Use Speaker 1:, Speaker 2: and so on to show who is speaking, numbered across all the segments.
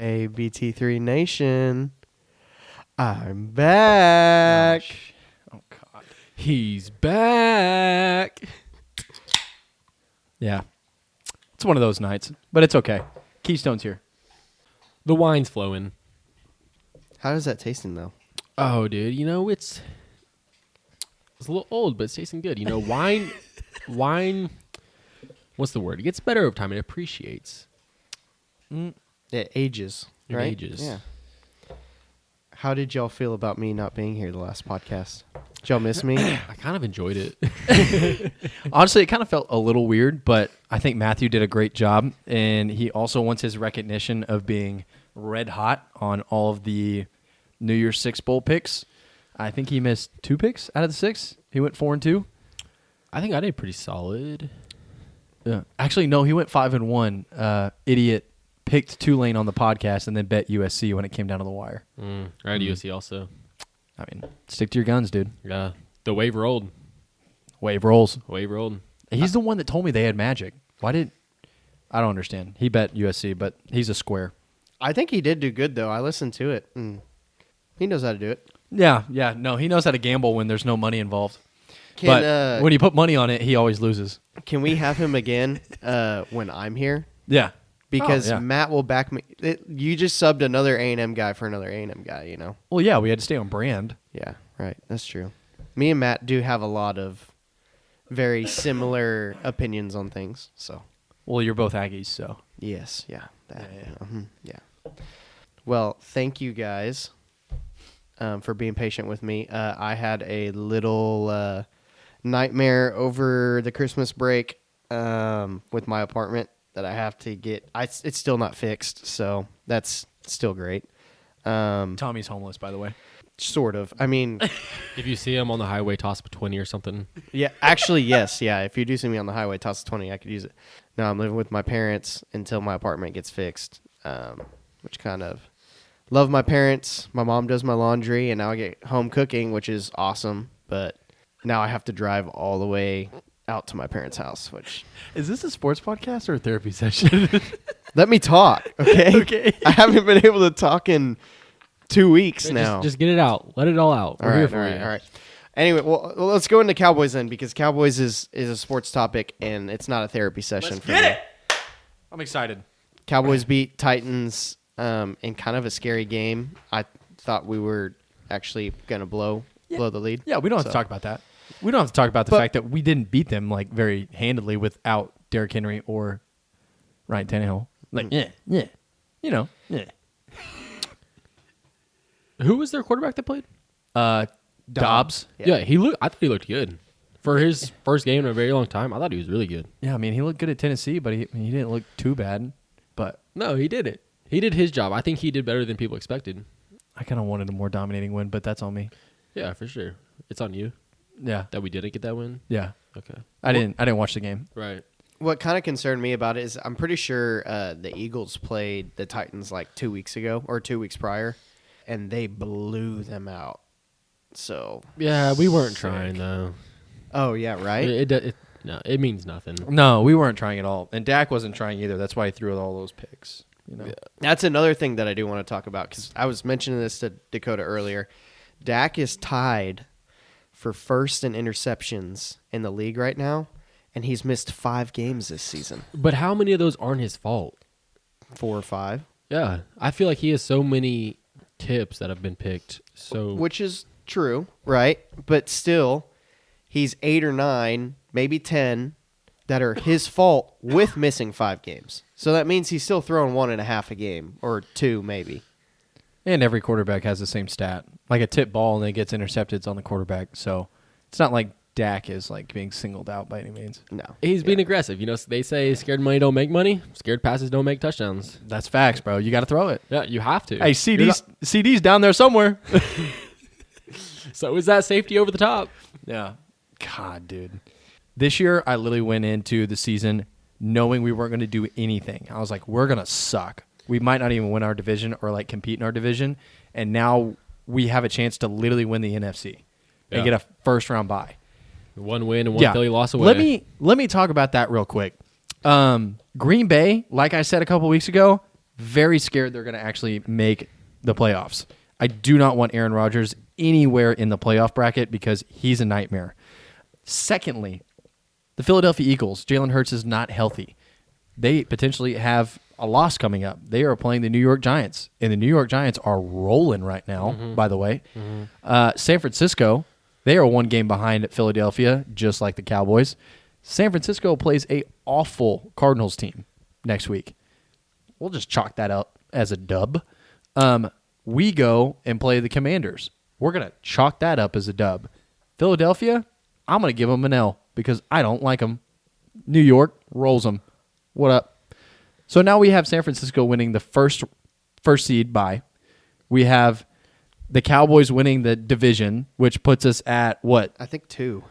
Speaker 1: LGBT Nation. I'm back.
Speaker 2: Oh God.
Speaker 3: He's back. Yeah. It's one of those nights, but it's okay. Keystone's here. The wine's flowing.
Speaker 1: How does that tasting though?
Speaker 3: Oh, dude, you know it's it's a little old, but it's tasting good. You know, wine, wine. What's the word? It gets better over time. It appreciates.
Speaker 1: It ages.
Speaker 3: It
Speaker 1: right?
Speaker 3: ages.
Speaker 1: Yeah. How did y'all feel about me not being here the last podcast? Did y'all miss me?
Speaker 3: I kind of enjoyed it. Honestly, it kind of felt a little weird, but
Speaker 2: I think Matthew did a great job, and he also wants his recognition of being red hot on all of the New Year's Six bowl picks. I think he missed two picks out of the six. He went four and two.
Speaker 3: I think I did pretty solid.
Speaker 2: Yeah. Uh, Actually, no, he went five and one. Uh, idiot picked Tulane on the podcast and then bet USC when it came down to the wire.
Speaker 3: Mm, I had USC also.
Speaker 2: I mean, stick to your guns, dude.
Speaker 3: Yeah, the wave rolled.
Speaker 2: Wave rolls.
Speaker 3: Wave rolled.
Speaker 2: He's the one that told me they had magic. Why did I don't understand? He bet USC, but he's a square.
Speaker 1: I think he did do good though. I listened to it and he knows how to do it.
Speaker 2: Yeah, yeah. No, he knows how to gamble when there's no money involved.
Speaker 1: Can
Speaker 2: but
Speaker 1: uh,
Speaker 2: when you put money on it, he always loses.
Speaker 1: can we have him again uh, when I'm here?
Speaker 2: Yeah.
Speaker 1: Because
Speaker 2: Oh, yeah.
Speaker 1: Matt will back me. It, you just subbed another A and M guy for another A and M guy. You know.
Speaker 2: Well, yeah, we had to stay on brand.
Speaker 1: Yeah, right. That's true. Me and Matt do have a lot of very similar opinions on things. So,
Speaker 2: Well, you're both Aggies, so
Speaker 1: yes, yeah. That,
Speaker 2: Yeah, yeah.
Speaker 1: mhm, yeah. Well, thank you guys um, for being patient with me. Uh, I had a little uh, nightmare over the Christmas break um, with my apartment that I have to get. I, it's still not fixed, so that's still great. Um,
Speaker 2: Tommy's homeless, by the way.
Speaker 1: sort of. I mean,
Speaker 3: If you see him on the highway, toss up a twenty or something.
Speaker 1: Yeah, actually, yes, yeah. If you do see me on the highway, toss a twenty. I could use it. No, I'm living with my parents until my apartment gets fixed. Um, which kind of love my parents. My mom does my laundry, and now I get home cooking, which is awesome. But now I have to drive all the way out to my parents' house. Which
Speaker 2: Is this a sports podcast or a therapy session?
Speaker 1: let me talk, okay?
Speaker 2: Okay.
Speaker 1: I haven't been able to talk in two weeks now.
Speaker 3: Just, just get it out. Let it all out.
Speaker 1: All
Speaker 3: We're here
Speaker 1: right,
Speaker 3: for
Speaker 1: all right,
Speaker 3: you.
Speaker 1: all right. Anyway, well, well, let's go into Cowboys then, because Cowboys is is a sports topic and it's not a therapy session for me.
Speaker 2: I'm excited.
Speaker 1: Cowboys beat Titans um, in kind of a scary game. I thought we were actually gonna blow blow the lead.
Speaker 2: Yeah, we don't have
Speaker 1: So-
Speaker 2: to talk about that. We don't have to talk about the
Speaker 1: But-
Speaker 2: fact that we didn't beat them like very handedly without Derrick Henry or Ryan Tannehill. Like, yeah, yeah, you know, yeah.
Speaker 3: Who was their quarterback that played?
Speaker 2: Uh, Dobbs.
Speaker 1: Dobbs.
Speaker 2: Yeah.
Speaker 3: Yeah, he looked. I thought he looked good for his first game in a very long time. I thought he was really good.
Speaker 2: I mean, he looked good at Tennessee, but he he didn't look too bad. But
Speaker 3: No, he did it. He did his job. I think he did better than people expected.
Speaker 2: I kind of wanted a more dominating win, but that's on me.
Speaker 3: Yeah, for sure. It's on you
Speaker 2: Yeah,
Speaker 3: that we didn't get that win.
Speaker 2: yeah.
Speaker 3: Okay.
Speaker 2: I didn't I didn't watch the game.
Speaker 3: Right.
Speaker 1: What kind of concerned me about it is I'm pretty sure uh, the Eagles played the Titans like two weeks ago or two weeks prior, and they blew them out. So,
Speaker 3: Yeah, we weren't
Speaker 1: Sick.
Speaker 3: trying though.
Speaker 1: oh yeah, right.
Speaker 3: It, it, do- it no, it means nothing.
Speaker 2: No, we weren't trying at all, and Dak wasn't trying either. That's why he threw all those picks. You know,
Speaker 1: That's another thing that I do want to talk about because I was mentioning this to Dakota earlier. Dak is tied for first in interceptions in the league right now, and he's missed five games this season.
Speaker 3: But how many of those aren't his fault?
Speaker 1: Four or five,
Speaker 3: Yeah, I feel like he has so many tips that have been picked. So
Speaker 1: which is true, right? But still, he's eight or nine, maybe 10 that are his fault with missing five games. So that means he's still throwing one and a half a game or two, maybe.
Speaker 2: and every quarterback has the same stat, like a tip ball, and it gets intercepted it's on the quarterback. So it's not like Dak is like being singled out by any means.
Speaker 1: No.
Speaker 3: he's being aggressive. You know, they say scared money don't make money. Scared passes don't make touchdowns.
Speaker 2: That's facts, bro. You got to throw it.
Speaker 3: Yeah, you have to.
Speaker 2: Hey, CD's CD's down there somewhere.
Speaker 3: So is that safety over the top?
Speaker 2: Yeah. God, dude. This year, I literally went into the season knowing we weren't going to do anything. I was like, we're going to suck. We might not even win our division or like compete in our division. And now we have a chance to literally win the NFC and
Speaker 3: Yeah.
Speaker 2: get a first round bye.
Speaker 3: One win and one Philly loss away.
Speaker 2: Let me let me talk about that real quick. Um, Green Bay, like I said a couple weeks ago, Very scared they're going to actually make the playoffs. I do not want Aaron Rodgers anywhere in the playoff bracket because he's a nightmare. Secondly, the Philadelphia Eagles, Jalen Hurts is not healthy. They potentially have a loss coming up. They are playing the New York Giants, and the New York Giants are rolling right now, by the way. Uh, San Francisco, they are one game behind at Philadelphia, just like the Cowboys. San Francisco plays a awful Cardinals team next week. We'll just chalk that up as a dub. Um, we go and play the Commanders. We're gonna chalk that up as a dub. Philadelphia, I'm gonna give them an L because I don't like them. New York rolls them. What up? So now we have San Francisco winning the first first seed by. We have the Cowboys winning the division, which puts us at what?
Speaker 1: I think two.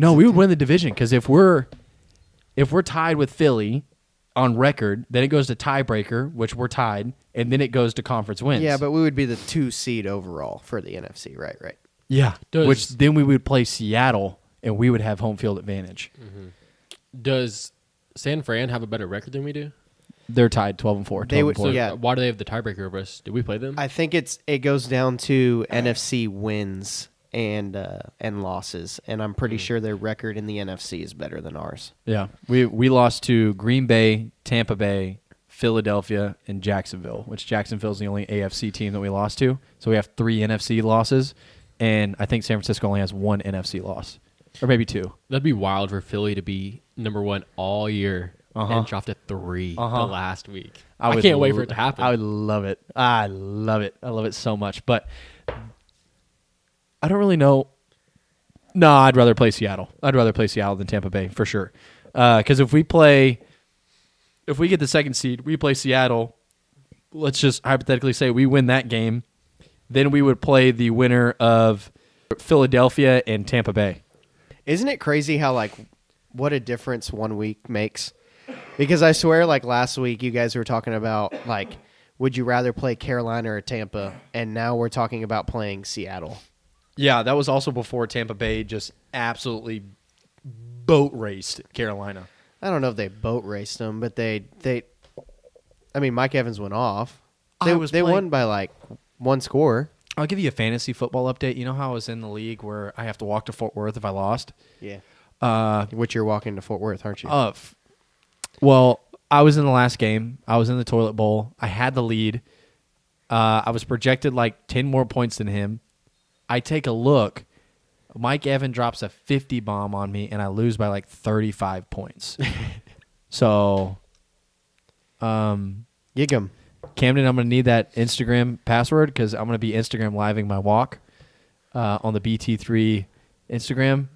Speaker 2: No, we would win the division because if we're if we're tied with Philly on record, then it goes to tiebreaker, which we're tied, and then it goes to conference wins.
Speaker 1: Yeah, but we would be the two seed overall for the NFC. Right, right.
Speaker 2: yeah,
Speaker 3: Does-
Speaker 2: which then we would play Seattle and we would have home field advantage.
Speaker 1: Mm-hmm.
Speaker 3: Does San Fran have a better record than we do?
Speaker 2: They're tied twelve and four. 12
Speaker 1: They would-
Speaker 2: and four.
Speaker 1: so- Yeah.
Speaker 3: Why do they have the tiebreaker over us? Did we play them?
Speaker 1: I think it's it goes down to NFC wins and uh, and losses, and I'm pretty sure their record in the NFC is better than ours.
Speaker 2: yeah. We we lost to Green Bay, Tampa Bay, Philadelphia, and Jacksonville, which Jacksonville's the only AFC team that we lost to. So we have three NFC losses, and I think San Francisco only has one NFC loss, or maybe two.
Speaker 3: That'd be wild for Philly to be number one all year
Speaker 2: Uh-huh.
Speaker 3: and dropped at 3
Speaker 2: Uh-huh.
Speaker 3: the last week.
Speaker 2: I,
Speaker 3: I,
Speaker 2: would
Speaker 3: can't wait for
Speaker 2: lo-
Speaker 3: it to happen.
Speaker 2: I would love it. I love it. I love it so much. But I don't really know. No, I'd rather play Seattle. I'd rather play Seattle than Tampa Bay for sure. Because if we play, if we get the second seed, we play Seattle. Let's just hypothetically say we win that game, then we would play the winner of Philadelphia and Tampa Bay.
Speaker 1: Isn't it crazy how like what a difference one week makes? Because I swear, like last week, you guys were talking about like, would you rather play Carolina or Tampa, and now we're talking about playing Seattle.
Speaker 2: Yeah, that was also before Tampa Bay just absolutely boat raced Carolina.
Speaker 1: I don't know if they boat raced them, but they they. I mean, Mike Evans went off. They,
Speaker 2: I was
Speaker 1: they
Speaker 2: playing-
Speaker 1: won by like one score.
Speaker 2: I'll give you a fantasy football update. You know how I was in the league where I have to walk to Fort Worth if I lost?
Speaker 1: Yeah.
Speaker 2: Uh,
Speaker 1: Which you're walking to Fort Worth, aren't you?
Speaker 2: uh, f- well, I was in the last game. I was in the toilet bowl. I had the lead. Uh, I was projected like 10 more points than him. I take a look. Mike Evan drops a 50 bomb on me, and I lose by like 35 points. so, um,
Speaker 1: Yiggum.
Speaker 2: Camden, I'm going to need that Instagram password because I'm going to be Instagram living my walk uh, on the BT3 Instagram.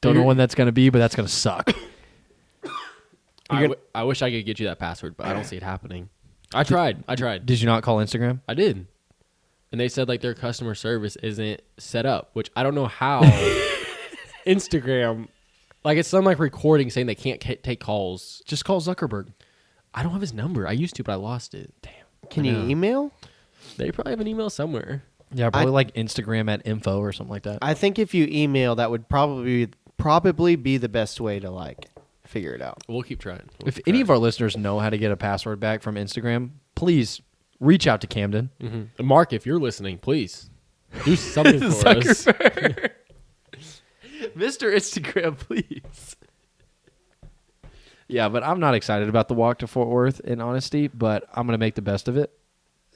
Speaker 2: Don't know
Speaker 3: You're-
Speaker 2: when that's going to be, but that's going to suck.
Speaker 3: I wi- I wish I could get you that password, but I don't see it happening. I tried. I tried.
Speaker 2: Did you not call Instagram?
Speaker 3: I did. And they said like their customer service isn't set up, which I don't know how Instagram like it's some like recording saying they can't ca- take calls.
Speaker 2: Just call Zuckerberg.
Speaker 3: I don't have his number. I used to, but I lost it. Damn.
Speaker 1: Can
Speaker 3: I
Speaker 1: you
Speaker 3: know.
Speaker 1: email?
Speaker 3: They probably have an email somewhere.
Speaker 2: Yeah, probably
Speaker 1: I-
Speaker 2: like Instagram at info or something like that.
Speaker 1: I think if you email, that would probably probably be the best way to like figure it out.
Speaker 3: We'll keep trying. We'll
Speaker 2: if
Speaker 3: keep
Speaker 2: any
Speaker 3: trying.
Speaker 2: of our listeners know how to get a password back from Instagram, please reach out to Camden.
Speaker 3: Mhm. And Mark, if you're listening, please do something for us.
Speaker 2: Mr. Instagram, please. Yeah, but I'm not excited about the walk to Fort Worth in honesty, but I'm going to make the best of it.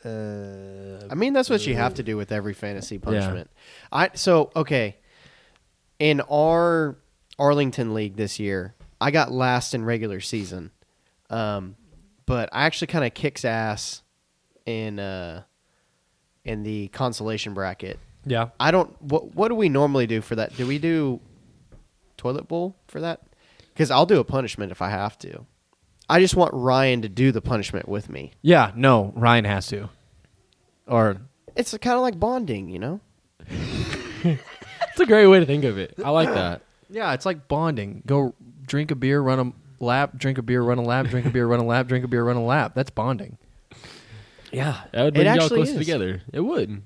Speaker 1: I mean, that's what you have to do with every fantasy punishment. I so okay. In our Arlington league this year, I got last in regular season, um, but I actually kind of kicks ass in uh, in the consolation bracket.
Speaker 2: Yeah.
Speaker 1: I don't. What What do we normally do for that? Do we do toilet bowl for that? Because I'll do a punishment if I have to. I just want Ryan to do the punishment with me.
Speaker 2: Yeah, no, Ryan has to. Or
Speaker 1: It's kind of like bonding, you know.
Speaker 3: It's a great way to think of it. I like that.
Speaker 2: yeah, it's like bonding. Go drink a beer, run a lap, drink a beer, run a lap, drink a beer, run a lap, drink a beer, run a lap. That's bonding.
Speaker 3: Yeah, that would
Speaker 1: It
Speaker 3: bring y'all
Speaker 1: actually
Speaker 3: closer
Speaker 1: is.
Speaker 3: together. It would.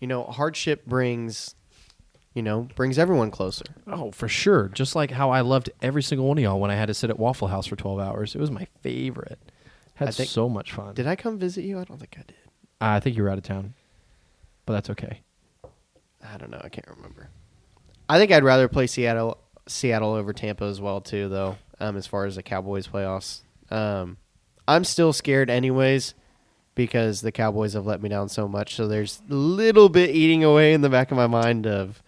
Speaker 1: You know, hardship brings, you know, brings everyone closer.
Speaker 2: Oh, for sure. Just like how I loved every single one of y'all when I had to sit at Waffle House for 12 hours. It was my favorite. Had
Speaker 1: I think-
Speaker 2: so much fun.
Speaker 1: Did I come visit you? I don't think I did.
Speaker 2: I think you were out of town, but that's okay.
Speaker 1: I don't know. I can't remember. I think I'd rather play Seattle Seattle over Tampa as well too, though. Um, as far as the Cowboys playoffs, um, I'm still scared anyways because the Cowboys have let me down so much. So there's a little bit eating away in the back of my mind of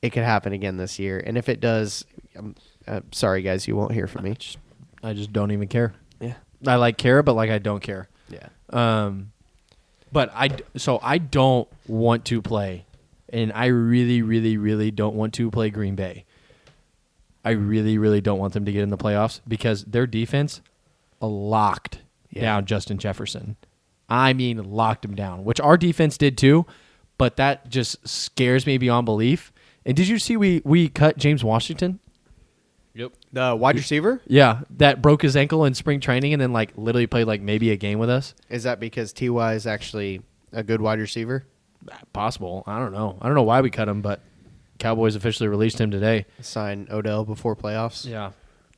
Speaker 1: it could happen again this year, and if it does, I'm, uh, sorry guys, you won't hear from me.
Speaker 2: I just don't even care.
Speaker 1: Yeah,
Speaker 2: I like care, but like I don't care.
Speaker 1: yeah.
Speaker 2: Um, but I d- so I don't want to play, and I really, really, really don't want to play Green Bay. I really, really don't want them to get in the playoffs because their defense locked
Speaker 1: Yeah.
Speaker 2: down Justin Jefferson. I mean, locked him down, which our defense did too, but that just scares me beyond belief. And did you see we we cut James Washington?
Speaker 3: Yep.
Speaker 1: The wide receiver
Speaker 2: Yeah, that broke his ankle in spring training and then like literally played like maybe a game with us.
Speaker 1: is that because Ty is actually a good wide receiver?
Speaker 2: possible. I don't know. I don't know why we cut him, but Cowboys officially released him today.
Speaker 1: Sign Odell before playoffs.
Speaker 2: Yeah.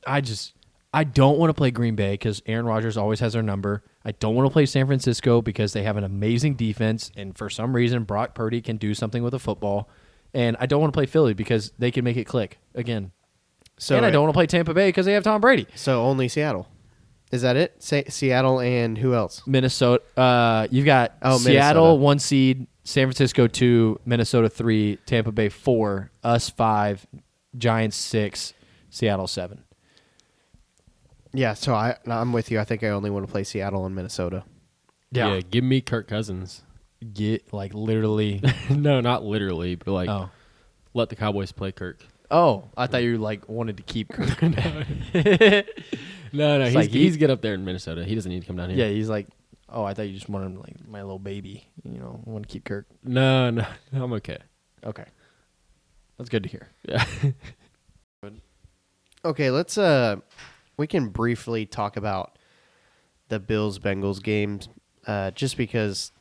Speaker 2: I just I don't want to play Green Bay because Aaron Rodgers always has their number. I don't want to play San Francisco because they have an amazing defense, and for some reason Brock Purdy can do something with a football. And I don't want to play Philly because they can make it click again.
Speaker 1: So
Speaker 2: and I don't want to play Tampa Bay because they have Tom Brady.
Speaker 1: So only Seattle. Is that it? Sa- Seattle and who else?
Speaker 2: Minnesota. Uh, you've got
Speaker 1: Oh,
Speaker 2: Seattle
Speaker 1: Minnesota.
Speaker 2: one seed, San Francisco two, Minnesota three, Tampa Bay four, us five, Giants six, Seattle seven.
Speaker 1: Yeah, so I I'm with you. I think I only want to play Seattle and Minnesota.
Speaker 2: Yeah.
Speaker 3: Give me Kirk Cousins.
Speaker 2: Get like literally.
Speaker 3: no, not literally, but like
Speaker 2: oh,
Speaker 3: let the Cowboys play Kirk.
Speaker 2: oh, I thought you like wanted to keep. Kirk.
Speaker 3: No, no,
Speaker 2: It's
Speaker 3: he's,
Speaker 2: like he-
Speaker 3: he's good up there in Minnesota. He doesn't need to come down here.
Speaker 2: yeah, he's like, oh, I thought you just wanted him like my little baby. You know, I want to keep Kirk.
Speaker 3: No, no, I'm okay.
Speaker 2: Okay, that's good to hear.
Speaker 3: Yeah.
Speaker 1: Okay, let's uh we can briefly talk about the Bills Bengals games uh just because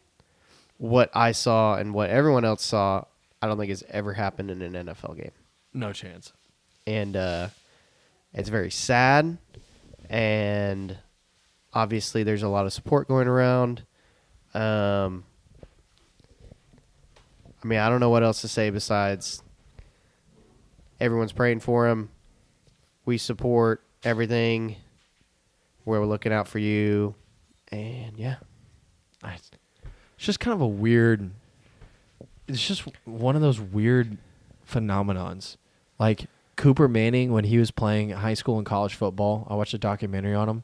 Speaker 1: what I saw and what everyone else saw I don't think has ever happened in an NFL game.
Speaker 2: No chance.
Speaker 1: and uh, it's very sad. And obviously, there's a lot of support going around. Um, I mean, I don't know what else to say besides everyone's praying for him. We support everything. Where we're looking out for you, and yeah,
Speaker 2: I- it's just kind of a weird it's just one of those weird phenomenons like cooper manning when he was playing high school and college football i watched a documentary on him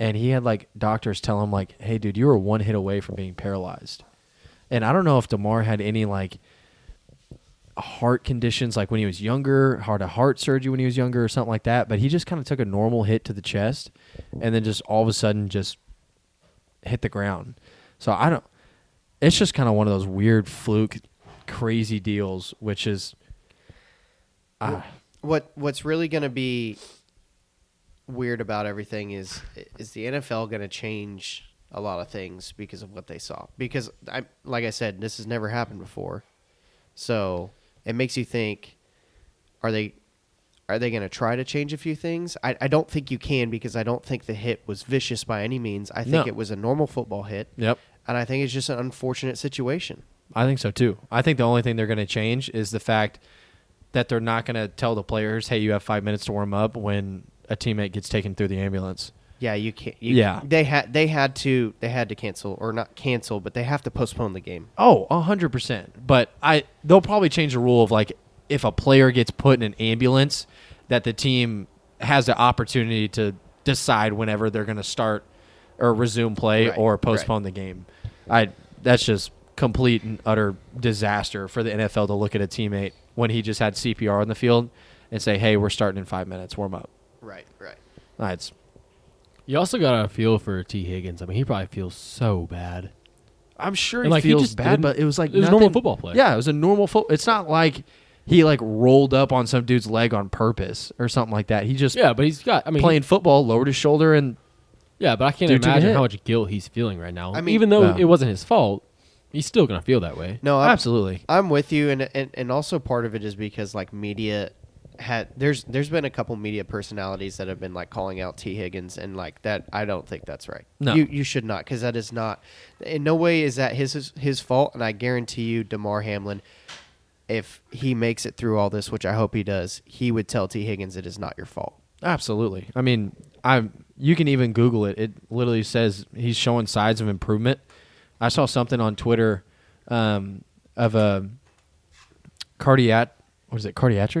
Speaker 2: and he had like doctors tell him like hey dude you were one hit away from being paralyzed and i don't know if demar had any like heart conditions like when he was younger, heart to heart surgery when he was younger or something like that, but he just kind of took a normal hit to the chest and then just all of a sudden just hit the ground. So I don't it's just kind of one of those weird fluke crazy deals which is ah,
Speaker 1: what what's really going to be weird about everything is is the NFL going to change a lot of things because of what they saw. Because I like I said, this has never happened before, so it makes you think: Are they are they going to try to change a few things? I, I don't think you can because I don't think the hit was vicious by any means. I think
Speaker 2: No.
Speaker 1: it was a normal football hit,
Speaker 2: yep.
Speaker 1: and I think it's just an unfortunate situation.
Speaker 2: I think so too. I think the only thing they're going to change is the fact that they're not going to tell the players, "Hey, you have 5 minutes to warm up" when a teammate gets taken through the ambulance.
Speaker 1: Yeah, you can't. You,
Speaker 2: Yeah.
Speaker 1: they had they had to they had to cancel or not cancel, but they have to postpone the game.
Speaker 2: Oh, a hundred percent. But I they'll probably change the rule of like if a player gets put in an ambulance, that the team has the opportunity to decide whenever they're going to start or resume play
Speaker 1: Right,
Speaker 2: or postpone the game. I that's just complete and utter disaster for the NFL to look at a teammate when he just had CPR on the field and say, "Hey, we're starting in five minutes. Warm up."
Speaker 1: Right, right.
Speaker 2: That's
Speaker 3: You also got to feel for T. Higgins. I mean, he probably feels so bad.
Speaker 2: I'm sure
Speaker 3: And,
Speaker 2: he
Speaker 3: like, he
Speaker 2: feels
Speaker 3: just
Speaker 2: bad,
Speaker 3: didn't-
Speaker 2: but it was like
Speaker 3: it was a normal
Speaker 2: nothing-
Speaker 3: football play.
Speaker 2: Yeah, it was a normal foot. It's not like he like rolled up on some dude's leg on purpose or something like that. He just
Speaker 3: Yeah, but he's got. I mean,
Speaker 2: playing football, lowered his shoulder, and
Speaker 3: yeah, but I can't
Speaker 2: Due to the
Speaker 3: imagine
Speaker 2: hit.
Speaker 3: how much guilt he's feeling right now.
Speaker 1: I mean-
Speaker 3: even though
Speaker 2: Yeah.
Speaker 3: it wasn't his fault, he's still gonna feel that way.
Speaker 1: No, I'm,
Speaker 2: absolutely.
Speaker 1: I'm with you, and, and and also part of it is because like media had there's there's been a couple media personalities that have been like calling out T Higgins and like that I don't think that's right.
Speaker 2: No.
Speaker 1: you you should not because that is not in no way is that his his- his fault and I guarantee you Demar Hamlin, if he makes it through all this, which I hope he does, he would tell T Higgins it is not your fault.
Speaker 2: Absolutely. I mean, I you can even Google it. It literally says he's showing signs of improvement. I saw something on Twitter um, of a cardiac. Was it cardiac?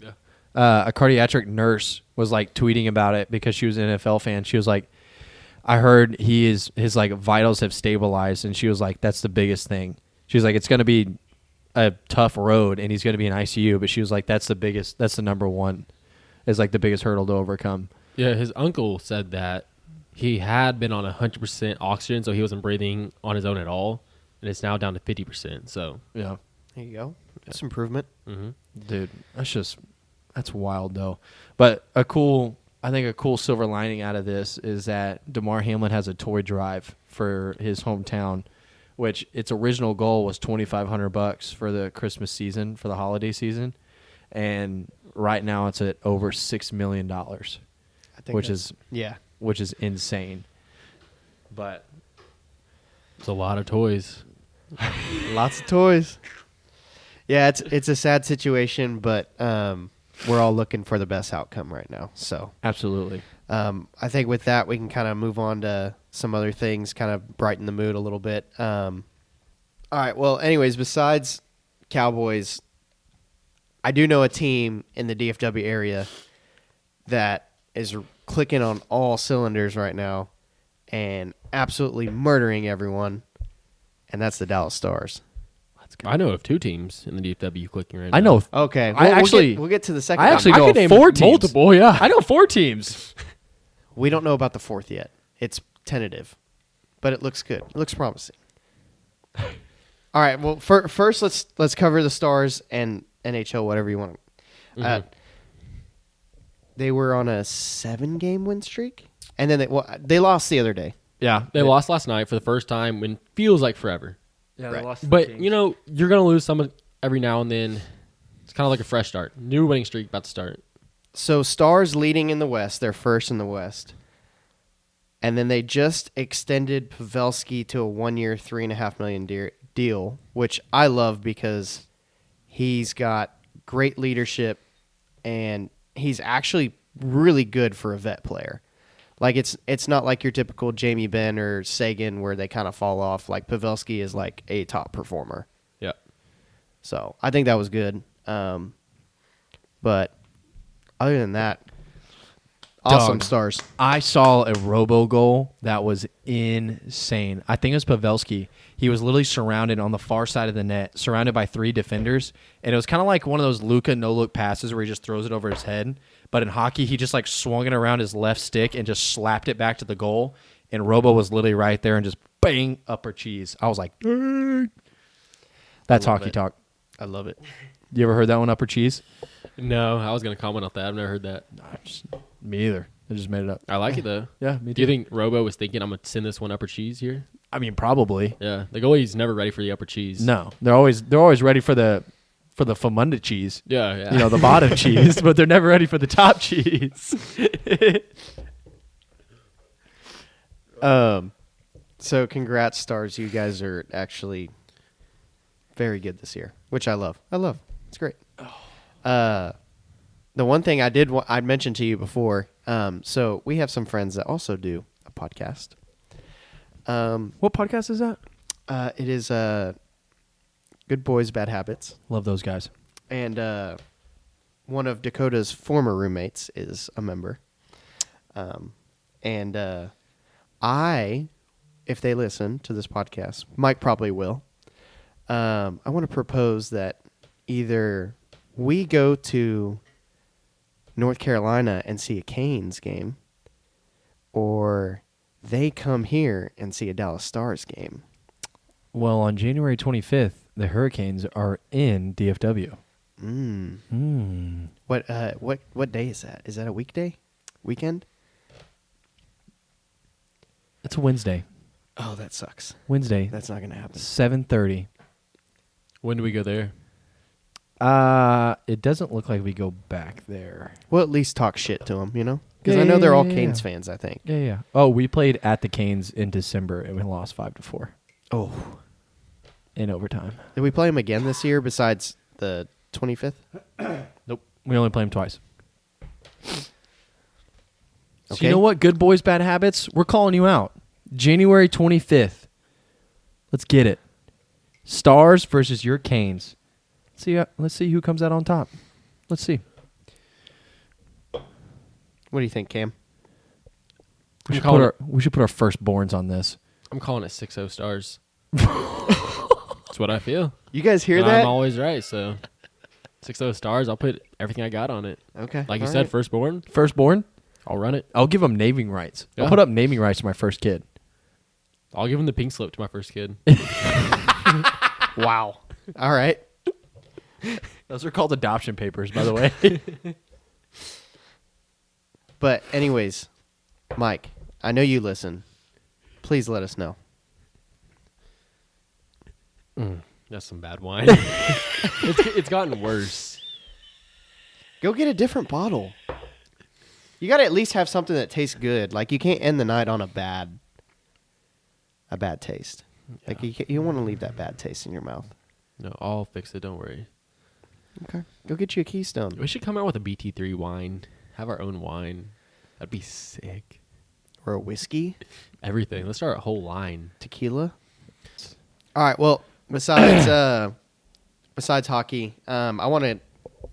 Speaker 3: Yeah.
Speaker 2: uh, a cardiac nurse was like tweeting about it because she was an NFL fan. She was like, "I heard he is his like vitals have stabilized," and she was like, "That's the biggest thing." She was like, "It's going to be a tough road, and he's going to be in ICU," but she was like, "That's the biggest. That's the number one. Is like the biggest hurdle to overcome."
Speaker 3: Yeah, his uncle said that he had been on 100% oxygen, so he wasn't breathing on his own at all, and it's now down to 50%. So,
Speaker 2: Yeah,
Speaker 1: There you go. That's improvement.
Speaker 2: dude, that's just that's wild though. But a cool. I think a cool silver lining out of this is that DeMar Hamlin has a toy drive for his hometown, which its original goal was 2500 bucks for the Christmas season, for the holiday season, and right now it's at over 6 million dollars,
Speaker 1: I think
Speaker 2: which
Speaker 1: that's-
Speaker 2: is
Speaker 1: yeah.
Speaker 2: which is insane. But
Speaker 3: it's a lot of toys.
Speaker 1: Lots of toys. Yeah, it's it's a sad situation, but um, we're all looking for the best outcome right now. So
Speaker 2: absolutely.
Speaker 1: um, I think with that we can kind of move on to some other things, kind of brighten the mood a little bit. Um, all right. Well, anyways, besides Cowboys, I do know a team in the DFW area that is clicking on all cylinders right now and absolutely murdering everyone, and that's the Dallas Stars.
Speaker 3: I know of two teams in the DFW clicking right now.
Speaker 2: I know
Speaker 1: Okay.
Speaker 2: I
Speaker 1: we'll- we'll get-
Speaker 2: actually-
Speaker 1: we'll get to the second.
Speaker 2: I actually
Speaker 1: one.
Speaker 2: know
Speaker 3: could name
Speaker 2: four teams.
Speaker 3: multiple, yeah.
Speaker 2: I know four teams.
Speaker 1: we don't know about the fourth yet. It's tentative, but it looks good. It looks promising. All right. Well, fir- first let's let's cover the stars and NHL, whatever you want.
Speaker 2: Mm-hmm.
Speaker 1: Uh, they were on a seven-game win streak, and then they well, they lost the other day.
Speaker 2: Yeah,
Speaker 3: They lost last night for the first time in feels like forever.
Speaker 2: Yeah,
Speaker 1: they
Speaker 2: lost.
Speaker 3: But, you know, you're going to lose some every now and then. It's kind of like a fresh start. New winning streak about to start.
Speaker 1: So Stars leading in the West, they're first in the West. And then they just extended Pavelski to a one year, three and a half million dear deal, which I love because he's got great leadership and he's actually really good for a vet player. Like it's it's not like your typical Jamie Benn or Sagan where they kind of fall off. Like Pavelski is like a top performer.
Speaker 3: Yeah.
Speaker 1: So I think that was good. Um, but other than that, awesome
Speaker 2: Dog.
Speaker 1: stars.
Speaker 2: I saw a robo goal that was insane. I think it was Pavelski. He was literally surrounded on the far side of the net, surrounded by three defenders, and it was kind of like one of those Luca no look passes where he just throws it over his head. But in hockey, he just like swung it around his left stick and just slapped it back to the goal. And Robo was literally right there and just bang upper cheese. I was like, "Dang." that's
Speaker 1: love
Speaker 2: hockey
Speaker 1: it.
Speaker 2: talk.
Speaker 1: I love it.
Speaker 2: You ever heard that one upper cheese?
Speaker 3: No, I was going to comment on that. I've never heard that.
Speaker 2: I just- me either. I just made it up.
Speaker 3: I like it, though.
Speaker 2: Yeah, me
Speaker 3: Do you
Speaker 2: too.
Speaker 3: think Robo was thinking, I'm going to send this one upper cheese here?
Speaker 2: I mean, probably.
Speaker 3: Yeah. The goalie's never ready for the upper cheese.
Speaker 2: No, they're always they're always ready for the for the famunda cheese.
Speaker 3: Yeah, yeah.
Speaker 2: You know the bottom cheese, but they're never ready for the top cheese.
Speaker 1: Um, so congrats, stars. You guys are actually very good this year, which I love. I love. It's great. Uh, the one thing I did wa- I mentioned to you before. Um, so we have some friends that also do a podcast. Um,
Speaker 2: what podcast is that?
Speaker 1: uh, it is uh, Good Boys Bad Habits.
Speaker 2: Love those guys.
Speaker 1: and uh, one of Dakota's former roommates is a member. Um, and uh, I, if they listen to this podcast, Mike probably will. Um, I want to propose that either we go to North Carolina and see a Canes game, or they come here and see a Dallas Stars game.
Speaker 2: Well, on January 25th, the Hurricanes are in DFW.
Speaker 1: Mm.
Speaker 2: Hmm.
Speaker 1: What uh what what day is that? Is that a weekday? Weekend?
Speaker 2: It's a Wednesday.
Speaker 1: Oh, that sucks.
Speaker 2: Wednesday,
Speaker 1: That's not gonna happen.
Speaker 2: 7:30.
Speaker 3: When do we go there?
Speaker 2: Uh, it doesn't look like we go back there.
Speaker 1: We'll at least talk shit to them, you know? Because
Speaker 2: Yeah,
Speaker 1: I know
Speaker 2: yeah,
Speaker 1: they're all
Speaker 2: yeah,
Speaker 1: Canes
Speaker 2: yeah.
Speaker 1: fans, I think.
Speaker 2: Yeah, yeah. Oh, we played at the Canes in December and we lost five to four
Speaker 1: Oh.
Speaker 2: in overtime.
Speaker 1: Did we play them again this year besides the 25th?
Speaker 2: Nope. We only play them twice. So
Speaker 1: Okay.
Speaker 2: you know what? Good boys, bad habits. We're calling you out. January 25th. Let's get it. Stars versus your Canes. Let's see, uh, let's see who comes out on top. Let's see.
Speaker 1: What do you think, Cam?
Speaker 3: I'm
Speaker 2: We should, put
Speaker 3: calling
Speaker 2: our, we should put our firstborns on this.
Speaker 3: I'm calling it six O stars. That's what I feel.
Speaker 1: You guys hear
Speaker 3: And
Speaker 1: that?
Speaker 3: I'm always right. So six O stars. I'll put everything I got on it.
Speaker 1: okay.
Speaker 3: Like you
Speaker 1: all
Speaker 3: said,
Speaker 1: right.
Speaker 3: firstborn.
Speaker 2: Firstborn?
Speaker 3: I'll run it.
Speaker 2: I'll give them naming rights. I'll
Speaker 3: Yeah.
Speaker 2: put up naming rights to my first kid.
Speaker 3: I'll give him the pink slip to my first kid.
Speaker 1: Wow. all right.
Speaker 2: Those are called adoption papers, by the way.
Speaker 1: But, anyways, Mike, I know you listen. Please let us know.
Speaker 3: That's some bad wine. it's, it's gotten worse.
Speaker 1: Go get a different bottle. You got to at least have something that tastes good. Like you can't end the night on a bad, a bad taste. Like you, ca- you want to leave that bad taste in your mouth.
Speaker 3: No, I'll fix it. Don't worry.
Speaker 1: Okay. Go get you a Keystone.
Speaker 3: We should come out with a BT3 wine. Have our own wine. That'd be sick.
Speaker 1: or a whiskey,
Speaker 3: Everything. Let's start a whole line.
Speaker 1: tequila. All right. Well, besides uh, besides hockey, um, I want to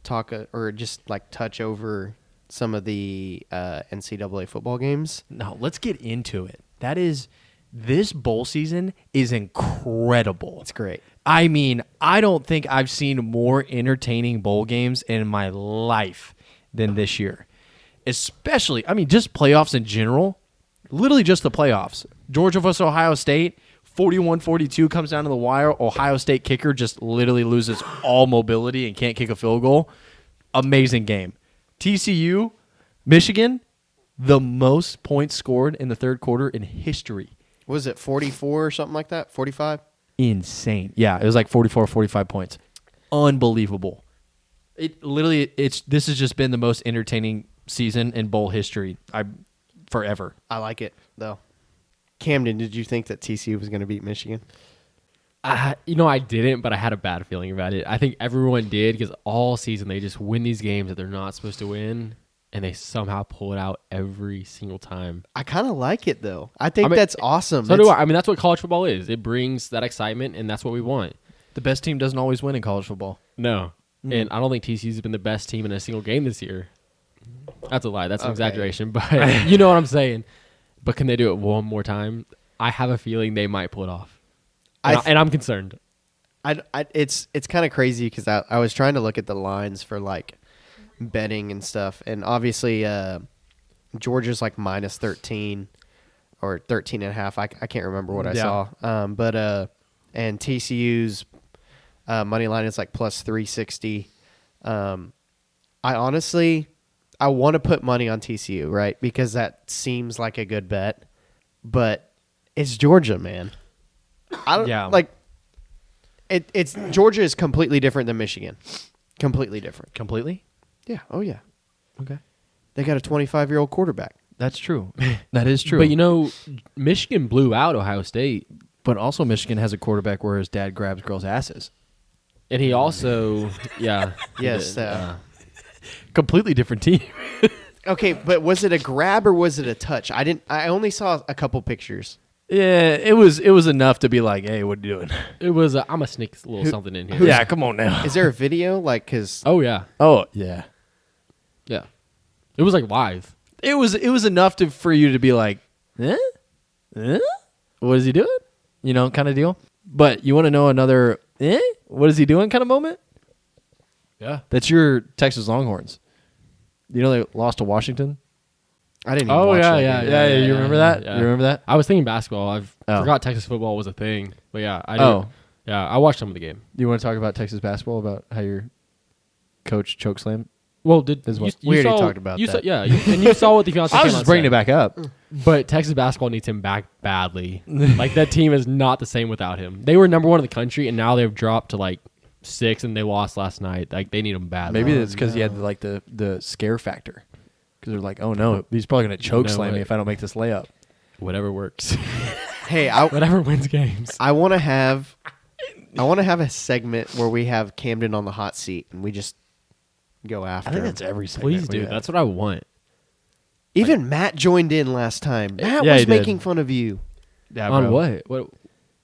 Speaker 1: talk uh or just like touch over some of the uh, NCAA football games.
Speaker 2: no, let's get into it. That is, this bowl season is incredible.
Speaker 1: It's great.
Speaker 2: I mean, I don't think I've seen more entertaining bowl games in my life than this year. Especially, I mean, just playoffs in general. Literally just the playoffs. Georgia versus Ohio State, 41 42 comes down to the wire. Ohio State kicker just literally loses all mobility and can't kick a field goal. Amazing game. TCU, Michigan, the most points scored in the third quarter in history
Speaker 1: What Was it forty four or something like that? Forty five.
Speaker 2: insane. Yeah, it was like 44 45 points. Unbelievable. It literally it's this has just been the most entertaining season in bowl history. I forever.
Speaker 1: I like it though. Camden, did you think that TCU was going to beat Michigan?
Speaker 3: I, you know, I didn't, but I had a bad feeling about it. I think everyone did because all season they just win these games that they're not supposed to win, and they somehow pull it out every single time.
Speaker 1: I kind of like it though. I think
Speaker 3: I mean,
Speaker 1: that's awesome.
Speaker 3: So do
Speaker 1: It's-
Speaker 3: I. I mean, that's what college football is. It brings that excitement, and that's what we want.
Speaker 2: The best team doesn't always win in college football.
Speaker 3: No,
Speaker 1: Mm-hmm.
Speaker 3: and I don't think TCU's been the best team in a single game this year. That's a lie. That's an
Speaker 1: Okay.
Speaker 3: exaggeration, but you know what I'm saying. But can they do it one more time? I have a feeling they might pull it off,
Speaker 1: I
Speaker 3: and, I
Speaker 1: th-
Speaker 3: and I'm concerned.
Speaker 1: I, I it's it's kind of crazy because I, I was trying to look at the lines for like betting and stuff, and obviously uh, Georgia's like minus thirteen or 13 and a half. I, I can't remember what I
Speaker 2: Yeah.
Speaker 1: saw, um, but uh, and TCU's uh, money line is like plus three sixty. Um, I honestly I want to put money on TCU right because that seems like a good bet, but it's Georgia, man. I don't
Speaker 2: Yeah.
Speaker 1: like it, it's Georgia is completely different than Michigan. Completely different.
Speaker 2: Completely?
Speaker 1: Yeah. Oh yeah.
Speaker 2: Okay.
Speaker 1: They got a 25 year old quarterback.
Speaker 2: That's true. that is true.
Speaker 3: But you know, Michigan blew out Ohio State,
Speaker 2: but also Michigan has a quarterback where his dad grabs girls' asses.
Speaker 3: and he also, yeah, he
Speaker 1: Yes,
Speaker 3: did,
Speaker 1: uh,
Speaker 2: Completely different team.
Speaker 1: Okay, but was it a grab or was it a touch? I didn't. I only saw a couple pictures.
Speaker 2: yeah, it was it was enough to be like, "Hey, what are you doing?"
Speaker 3: it was. i am I'm gonna sneak a little something in here.
Speaker 2: yeah, come on now.
Speaker 1: Is there a video? Like, cause
Speaker 3: Oh yeah,
Speaker 2: Oh, yeah.
Speaker 3: yeah. It was like live.
Speaker 2: it was it was enough to for you to be like, eh? Eh? What is he doing? You know, kind of deal. But you want to know another eh? What is he doing kind of moment?
Speaker 3: Yeah.
Speaker 2: That's your Texas Longhorns. You know they lost to Washington?
Speaker 1: I didn't. Even
Speaker 3: Oh
Speaker 1: watch
Speaker 3: yeah,
Speaker 1: that
Speaker 3: yeah,
Speaker 1: video.
Speaker 2: Yeah, yeah, you remember that? You remember that?
Speaker 3: I was thinking basketball. I
Speaker 2: Oh.
Speaker 3: forgot Texas football was a thing. But yeah, I
Speaker 2: Oh.
Speaker 3: oh. yeah, I watched some of the game.
Speaker 2: You want to talk about Texas basketball about how your coach chokeslam?
Speaker 3: Well, did
Speaker 2: As
Speaker 3: you-
Speaker 2: well.
Speaker 3: you
Speaker 1: We already
Speaker 3: saw-
Speaker 1: talked about
Speaker 3: you
Speaker 1: that.
Speaker 3: Saw, yeah, you- and you saw what the fiance.
Speaker 2: I was
Speaker 3: came out
Speaker 2: just bringing it
Speaker 3: said.
Speaker 2: back up. Mm.
Speaker 3: But Texas basketball needs him back badly. like that team is not the same without him. They were number one in the country, and now they've dropped to like six and they lost last night. Like they need them bad.
Speaker 2: Maybe
Speaker 1: Oh,
Speaker 2: it's because he had
Speaker 1: no.
Speaker 2: like the the scare factor. Because they're like, oh no, he's probably gonna choke
Speaker 3: No
Speaker 2: slam me
Speaker 3: way.
Speaker 2: if I don't make this layup.
Speaker 3: whatever works,
Speaker 1: Hey, I
Speaker 3: whatever wins games.
Speaker 1: I want to have I want to have a segment where we have Camden on the hot seat and we just go after him.
Speaker 2: every
Speaker 3: Please, dude. That's what I want.
Speaker 1: Even Matt joined in last time. Matt
Speaker 2: Yeah, he
Speaker 1: was
Speaker 2: did.
Speaker 1: making fun of you.
Speaker 2: yeah,
Speaker 3: On
Speaker 2: bro.
Speaker 3: what? What?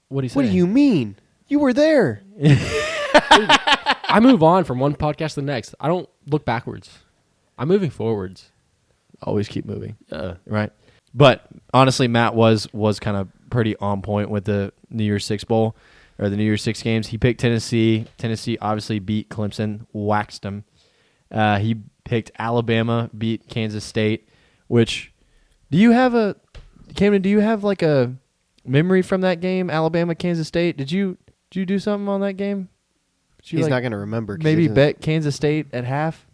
Speaker 3: What do you say?
Speaker 1: What do you mean? You were there.
Speaker 3: I move on from one podcast to the next. I don't look backwards. I'm moving forwards.
Speaker 2: Always keep moving.
Speaker 3: Yeah.
Speaker 2: right? But honestly, Matt was was kind of pretty on point with the New Year's Six bowl or the New Year's Six games. He picked Tennessee. Tennessee obviously beat Clemson, waxed them. Uh, he picked Alabama, beat Kansas State. Which do you have a Camden? Do you have like a memory from that game, Alabama Kansas State? Did you did you do something on that game? Did you
Speaker 1: He's
Speaker 2: like,
Speaker 1: not going to remember. 'cause he
Speaker 2: maybe
Speaker 1: doesn't-
Speaker 2: bet Kansas State at half.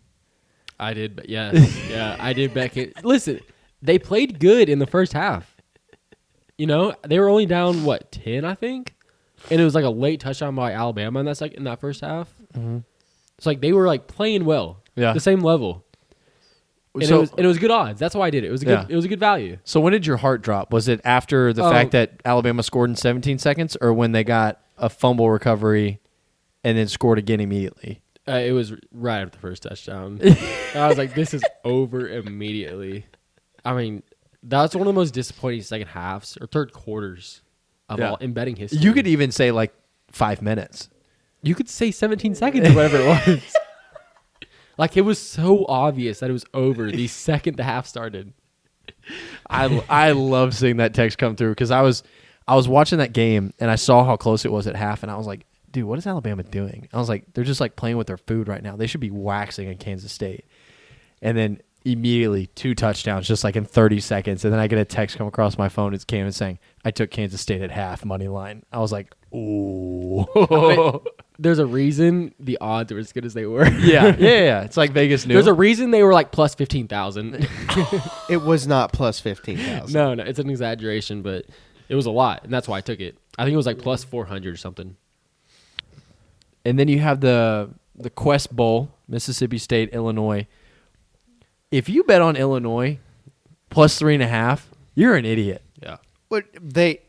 Speaker 3: I did, but yeah, yeah, I did back it. Listen, they played good in the first half. You know, they were only down what ten, I think, and it was like a late touchdown by Alabama in that second in that first half. It's like they were like playing well,
Speaker 2: Mm-hmm. Yeah.
Speaker 3: the same level, and
Speaker 2: So-
Speaker 3: it was and it was good odds. That's why I did it. It was a good,
Speaker 2: Yeah.
Speaker 3: it was a good value.
Speaker 2: So when did your heart drop? Was it after the
Speaker 3: Oh.
Speaker 2: fact that Alabama scored in 17 seconds, or when they got a fumble recovery and then scored again immediately?
Speaker 3: Uh, it was right after the first touchdown. I was like, this is over immediately. I mean, that's one of the most disappointing second halves or third quarters of
Speaker 2: Yeah.
Speaker 3: all in betting history.
Speaker 2: You could even say like five minutes.
Speaker 3: you could say 17 seconds or whatever it was. like it was so obvious that it was over the second the half started.
Speaker 2: I I love seeing that text come through because I was I was watching that game and I saw how close it was at half, and I was like, dude, what is Alabama doing? I was like, they're just like playing with their food right now. They should be waxing in Kansas State, and then immediately two touchdowns just like in 30 seconds and then i get a text come across my phone it's Cam saying i took kansas state at half money line i was like ooh Oh.
Speaker 3: But there's a reason the odds were as good as they were.
Speaker 2: yeah yeah yeah it's like vegas knew
Speaker 3: There's a reason they were like plus 15,000.
Speaker 1: It was not plus 15,000.
Speaker 3: no, no, it's an exaggeration, but it was a lot, and that's why I took it. I think it was like plus 400 or something.
Speaker 2: And then you have the the Quest Bowl, Mississippi State, Illinois. If you bet on Illinois plus three and a half, you're an idiot.
Speaker 3: Yeah.
Speaker 1: But they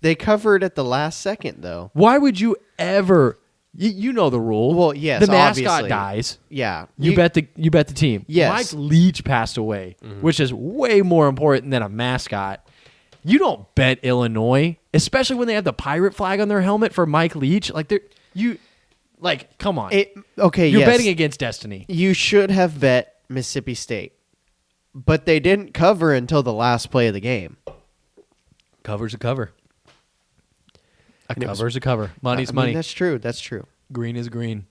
Speaker 1: they covered at the last second though.
Speaker 2: Why would you ever? You, you know the rule.
Speaker 1: Well, yes,
Speaker 2: the mascot
Speaker 1: obviously.
Speaker 2: dies.
Speaker 1: Yeah.
Speaker 2: You, bet the you bet the team.
Speaker 1: Yes. Mm-hmm.
Speaker 2: Mike Leach passed away, which is way more important than a mascot. You don't bet Illinois, especially when they have the pirate flag on their helmet for Mike Leach. Like they're you, like come on,
Speaker 1: It okay,
Speaker 2: you're
Speaker 1: yes.
Speaker 2: betting against destiny.
Speaker 1: You should have bet Mississippi State. But they didn't cover until the last play of the game.
Speaker 2: Cover's a cover. A
Speaker 1: And it was-
Speaker 2: cover's a cover. Money's
Speaker 1: I mean,
Speaker 2: money.
Speaker 1: That's true. That's true.
Speaker 2: green is green.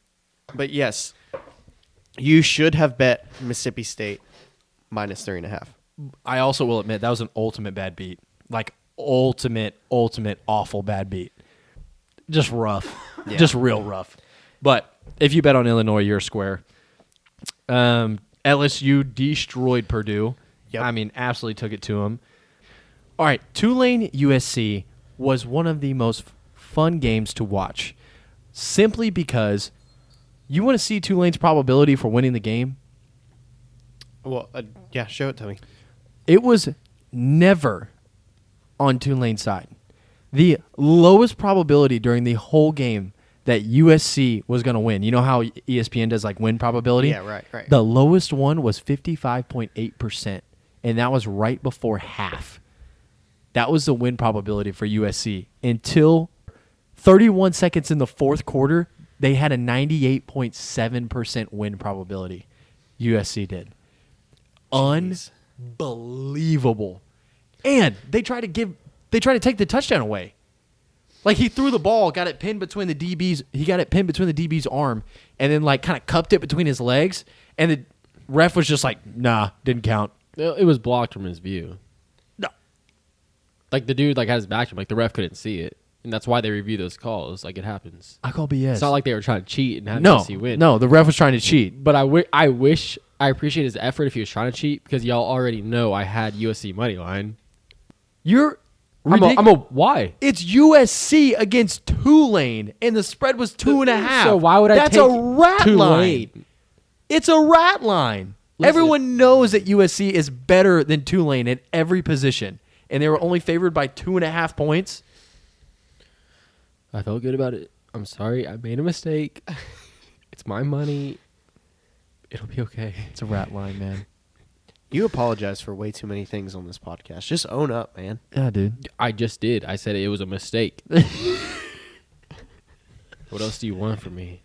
Speaker 1: But yes, you should have bet Mississippi State minus three and a half.
Speaker 2: I also will admit that was an ultimate bad beat. Like ultimate, ultimate awful bad beat. Just rough.
Speaker 1: Yeah.
Speaker 2: Just real rough. But if you bet on Illinois, you're square. Um, LSU destroyed Purdue.
Speaker 1: Yep.
Speaker 2: I mean, absolutely took it to them. All right, Tulane USC was one of the most fun games to watch, simply because you want to see Tulane's probability for winning the game.
Speaker 1: Well, uh, yeah, show it to me.
Speaker 2: It was never on Tulane's side. The lowest probability during the whole game that USC was going to win. You know how E ESPN does like win probability?
Speaker 1: Yeah, right, right.
Speaker 2: The lowest one was 55.8%, and that was right before half. That was the win probability for USC until 31 seconds in the fourth quarter. They had a 98.7% win probability. USC did. Unbelievable. And they tried to give they tried to take the touchdown away. Like he threw the ball, got it pinned between the DB's he got it pinned between the DB's arm and then like kind of cupped it between his legs and the ref was just like, "Nah, didn't count."
Speaker 3: It it was blocked from his view.
Speaker 2: No.
Speaker 3: Like the dude like had his back to him, like the ref couldn't see it, and that's why they review those calls. Like it happens.
Speaker 2: I call BS.
Speaker 3: It's not like they were trying to cheat and have
Speaker 2: no,
Speaker 3: USC win.
Speaker 2: no, the ref was trying to cheat.
Speaker 3: but I wi- I wish I appreciate his effort if he was trying to cheat because y'all already know I had USC money line.
Speaker 2: You're
Speaker 3: I'm a,
Speaker 2: Ridic-
Speaker 3: I'm a why?
Speaker 2: It's USC against Tulane, and the spread was two and a half.
Speaker 3: So why would I
Speaker 2: That's
Speaker 3: take
Speaker 2: a rat
Speaker 3: Tulane?
Speaker 2: line. It's a rat line.
Speaker 3: Listen.
Speaker 2: Everyone knows that USC is better than Tulane at every position, and they were only favored by two and a half points.
Speaker 3: I felt good about it. I'm sorry, I made a mistake. it's my money. It'll be okay.
Speaker 2: It's a rat line, man.
Speaker 1: You apologize for way too many things on this podcast. Just own up, man.
Speaker 2: Yeah, dude.
Speaker 3: I just did. I said it was a mistake. what else do you want from me?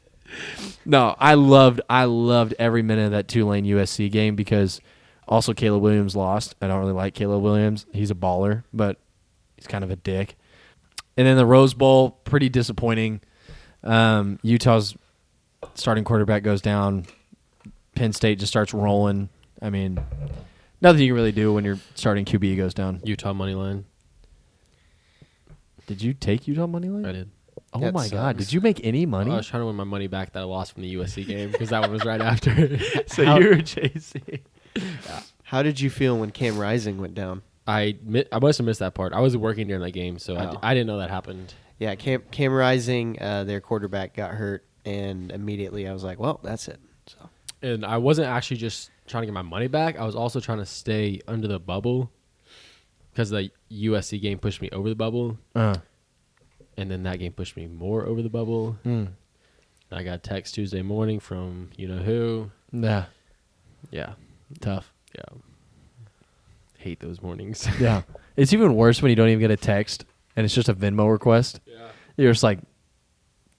Speaker 2: No, I loved I loved every minute of that Tulane USC game because also Caleb Williams lost. I don't really like Caleb Williams. He's a baller, but he's kind of a dick. And then the Rose Bowl, pretty disappointing. Um, Utah's starting quarterback goes down. Penn State just starts rolling. I mean, nothing you can really do when your starting QB goes down.
Speaker 3: Utah money line.
Speaker 2: Did you take Utah money line?
Speaker 3: I did.
Speaker 2: Oh
Speaker 1: That
Speaker 2: my god!
Speaker 1: sucks.
Speaker 2: Did you make any money?
Speaker 3: I was trying to win my money back that I lost from the USC game because that one was right after.
Speaker 2: so
Speaker 3: How-
Speaker 2: you were chasing.
Speaker 1: How did you feel when Cam Rising went down?
Speaker 3: I mi- I must have missed that part. I was working during that game, so I d-
Speaker 1: Oh.
Speaker 3: I didn't know that happened.
Speaker 1: Yeah, Cam, Cam Rising, uh, their quarterback got hurt, and immediately I was like, well, that's it. So
Speaker 3: and I wasn't actually just trying to get my money back. I was also trying to stay under the bubble because the USC game pushed me over the bubble,
Speaker 2: Uh,
Speaker 3: and then that game pushed me more over the bubble.
Speaker 2: mm,
Speaker 3: And I got a text Tuesday morning from you know who.
Speaker 2: yeah,
Speaker 3: Yeah,
Speaker 2: tough.
Speaker 3: yeah. Hate those mornings.
Speaker 2: Yeah. It's even worse when you don't even get a text and it's just a Venmo request.
Speaker 3: yeah.
Speaker 2: You're just like,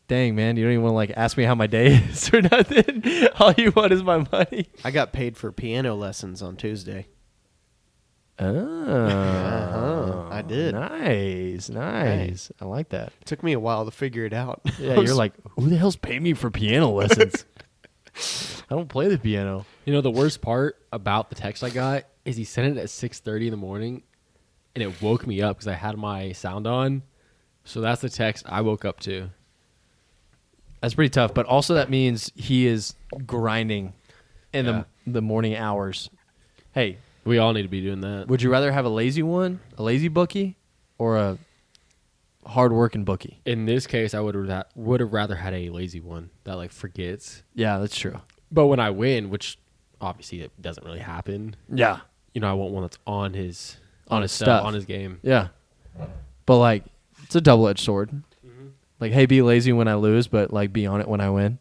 Speaker 2: dang, man, you don't even want to like ask me how my day is or nothing. All you want is my money.
Speaker 1: I got paid for piano lessons on Tuesday.
Speaker 2: Oh,
Speaker 1: Uh-huh. I did.
Speaker 2: Nice, nice.
Speaker 1: Nice.
Speaker 2: I like that.
Speaker 1: It took me a while to figure it out.
Speaker 2: Yeah, you're like, who the hell's paying me for piano lessons? I don't play the piano.
Speaker 3: You know the worst part about the text I got is he sent it at six thirty in the morning, and it woke me up because I had my sound on. So that's the text I woke up to.
Speaker 2: That's pretty tough, but also that means he is grinding in
Speaker 3: Yeah.
Speaker 2: the the morning hours. Hey,
Speaker 3: We all need to be doing that.
Speaker 2: Would you rather have a lazy one, a lazy bookie, or a hard working bookie?
Speaker 3: In this case, I would have would have rather had a lazy one that like forgets.
Speaker 2: Yeah, that's true.
Speaker 3: But when I win, which obviously it doesn't really happen,
Speaker 2: Yeah.
Speaker 3: you know, I want one that's on his
Speaker 2: On his
Speaker 3: stuff,
Speaker 2: stuff.
Speaker 3: on his game.
Speaker 2: Yeah. But like it's a double edged sword. Like, hey, be lazy when I lose, but like be on it when I win.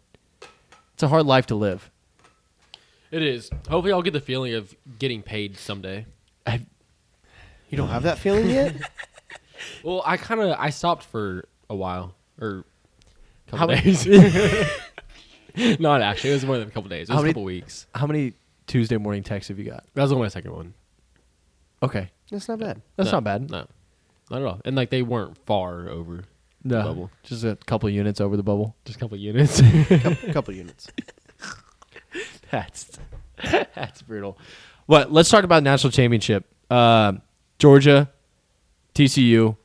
Speaker 2: It's a hard life to live.
Speaker 3: It is. Hopefully, I'll get the feeling of getting paid someday.
Speaker 2: I,
Speaker 1: you don't have that feeling yet?
Speaker 3: Well, I kind of I stopped for a while or a
Speaker 2: How
Speaker 3: couple
Speaker 2: many-
Speaker 3: days. Not actually. It was more than a couple days. It
Speaker 2: How
Speaker 3: was a
Speaker 2: many-
Speaker 3: couple weeks.
Speaker 2: how many Tuesday morning texts have you got?
Speaker 3: That was only my second one.
Speaker 2: Okay.
Speaker 1: That's not bad.
Speaker 2: That's
Speaker 3: No,
Speaker 2: not bad.
Speaker 3: No, not at all. And like they weren't far over.
Speaker 2: No.
Speaker 3: Bubble.
Speaker 2: Just a couple units over the bubble.
Speaker 3: Just a couple units.
Speaker 1: Couple, couple units.
Speaker 2: That's that's brutal. But let's talk about national championship. Uh, Georgia, TCU.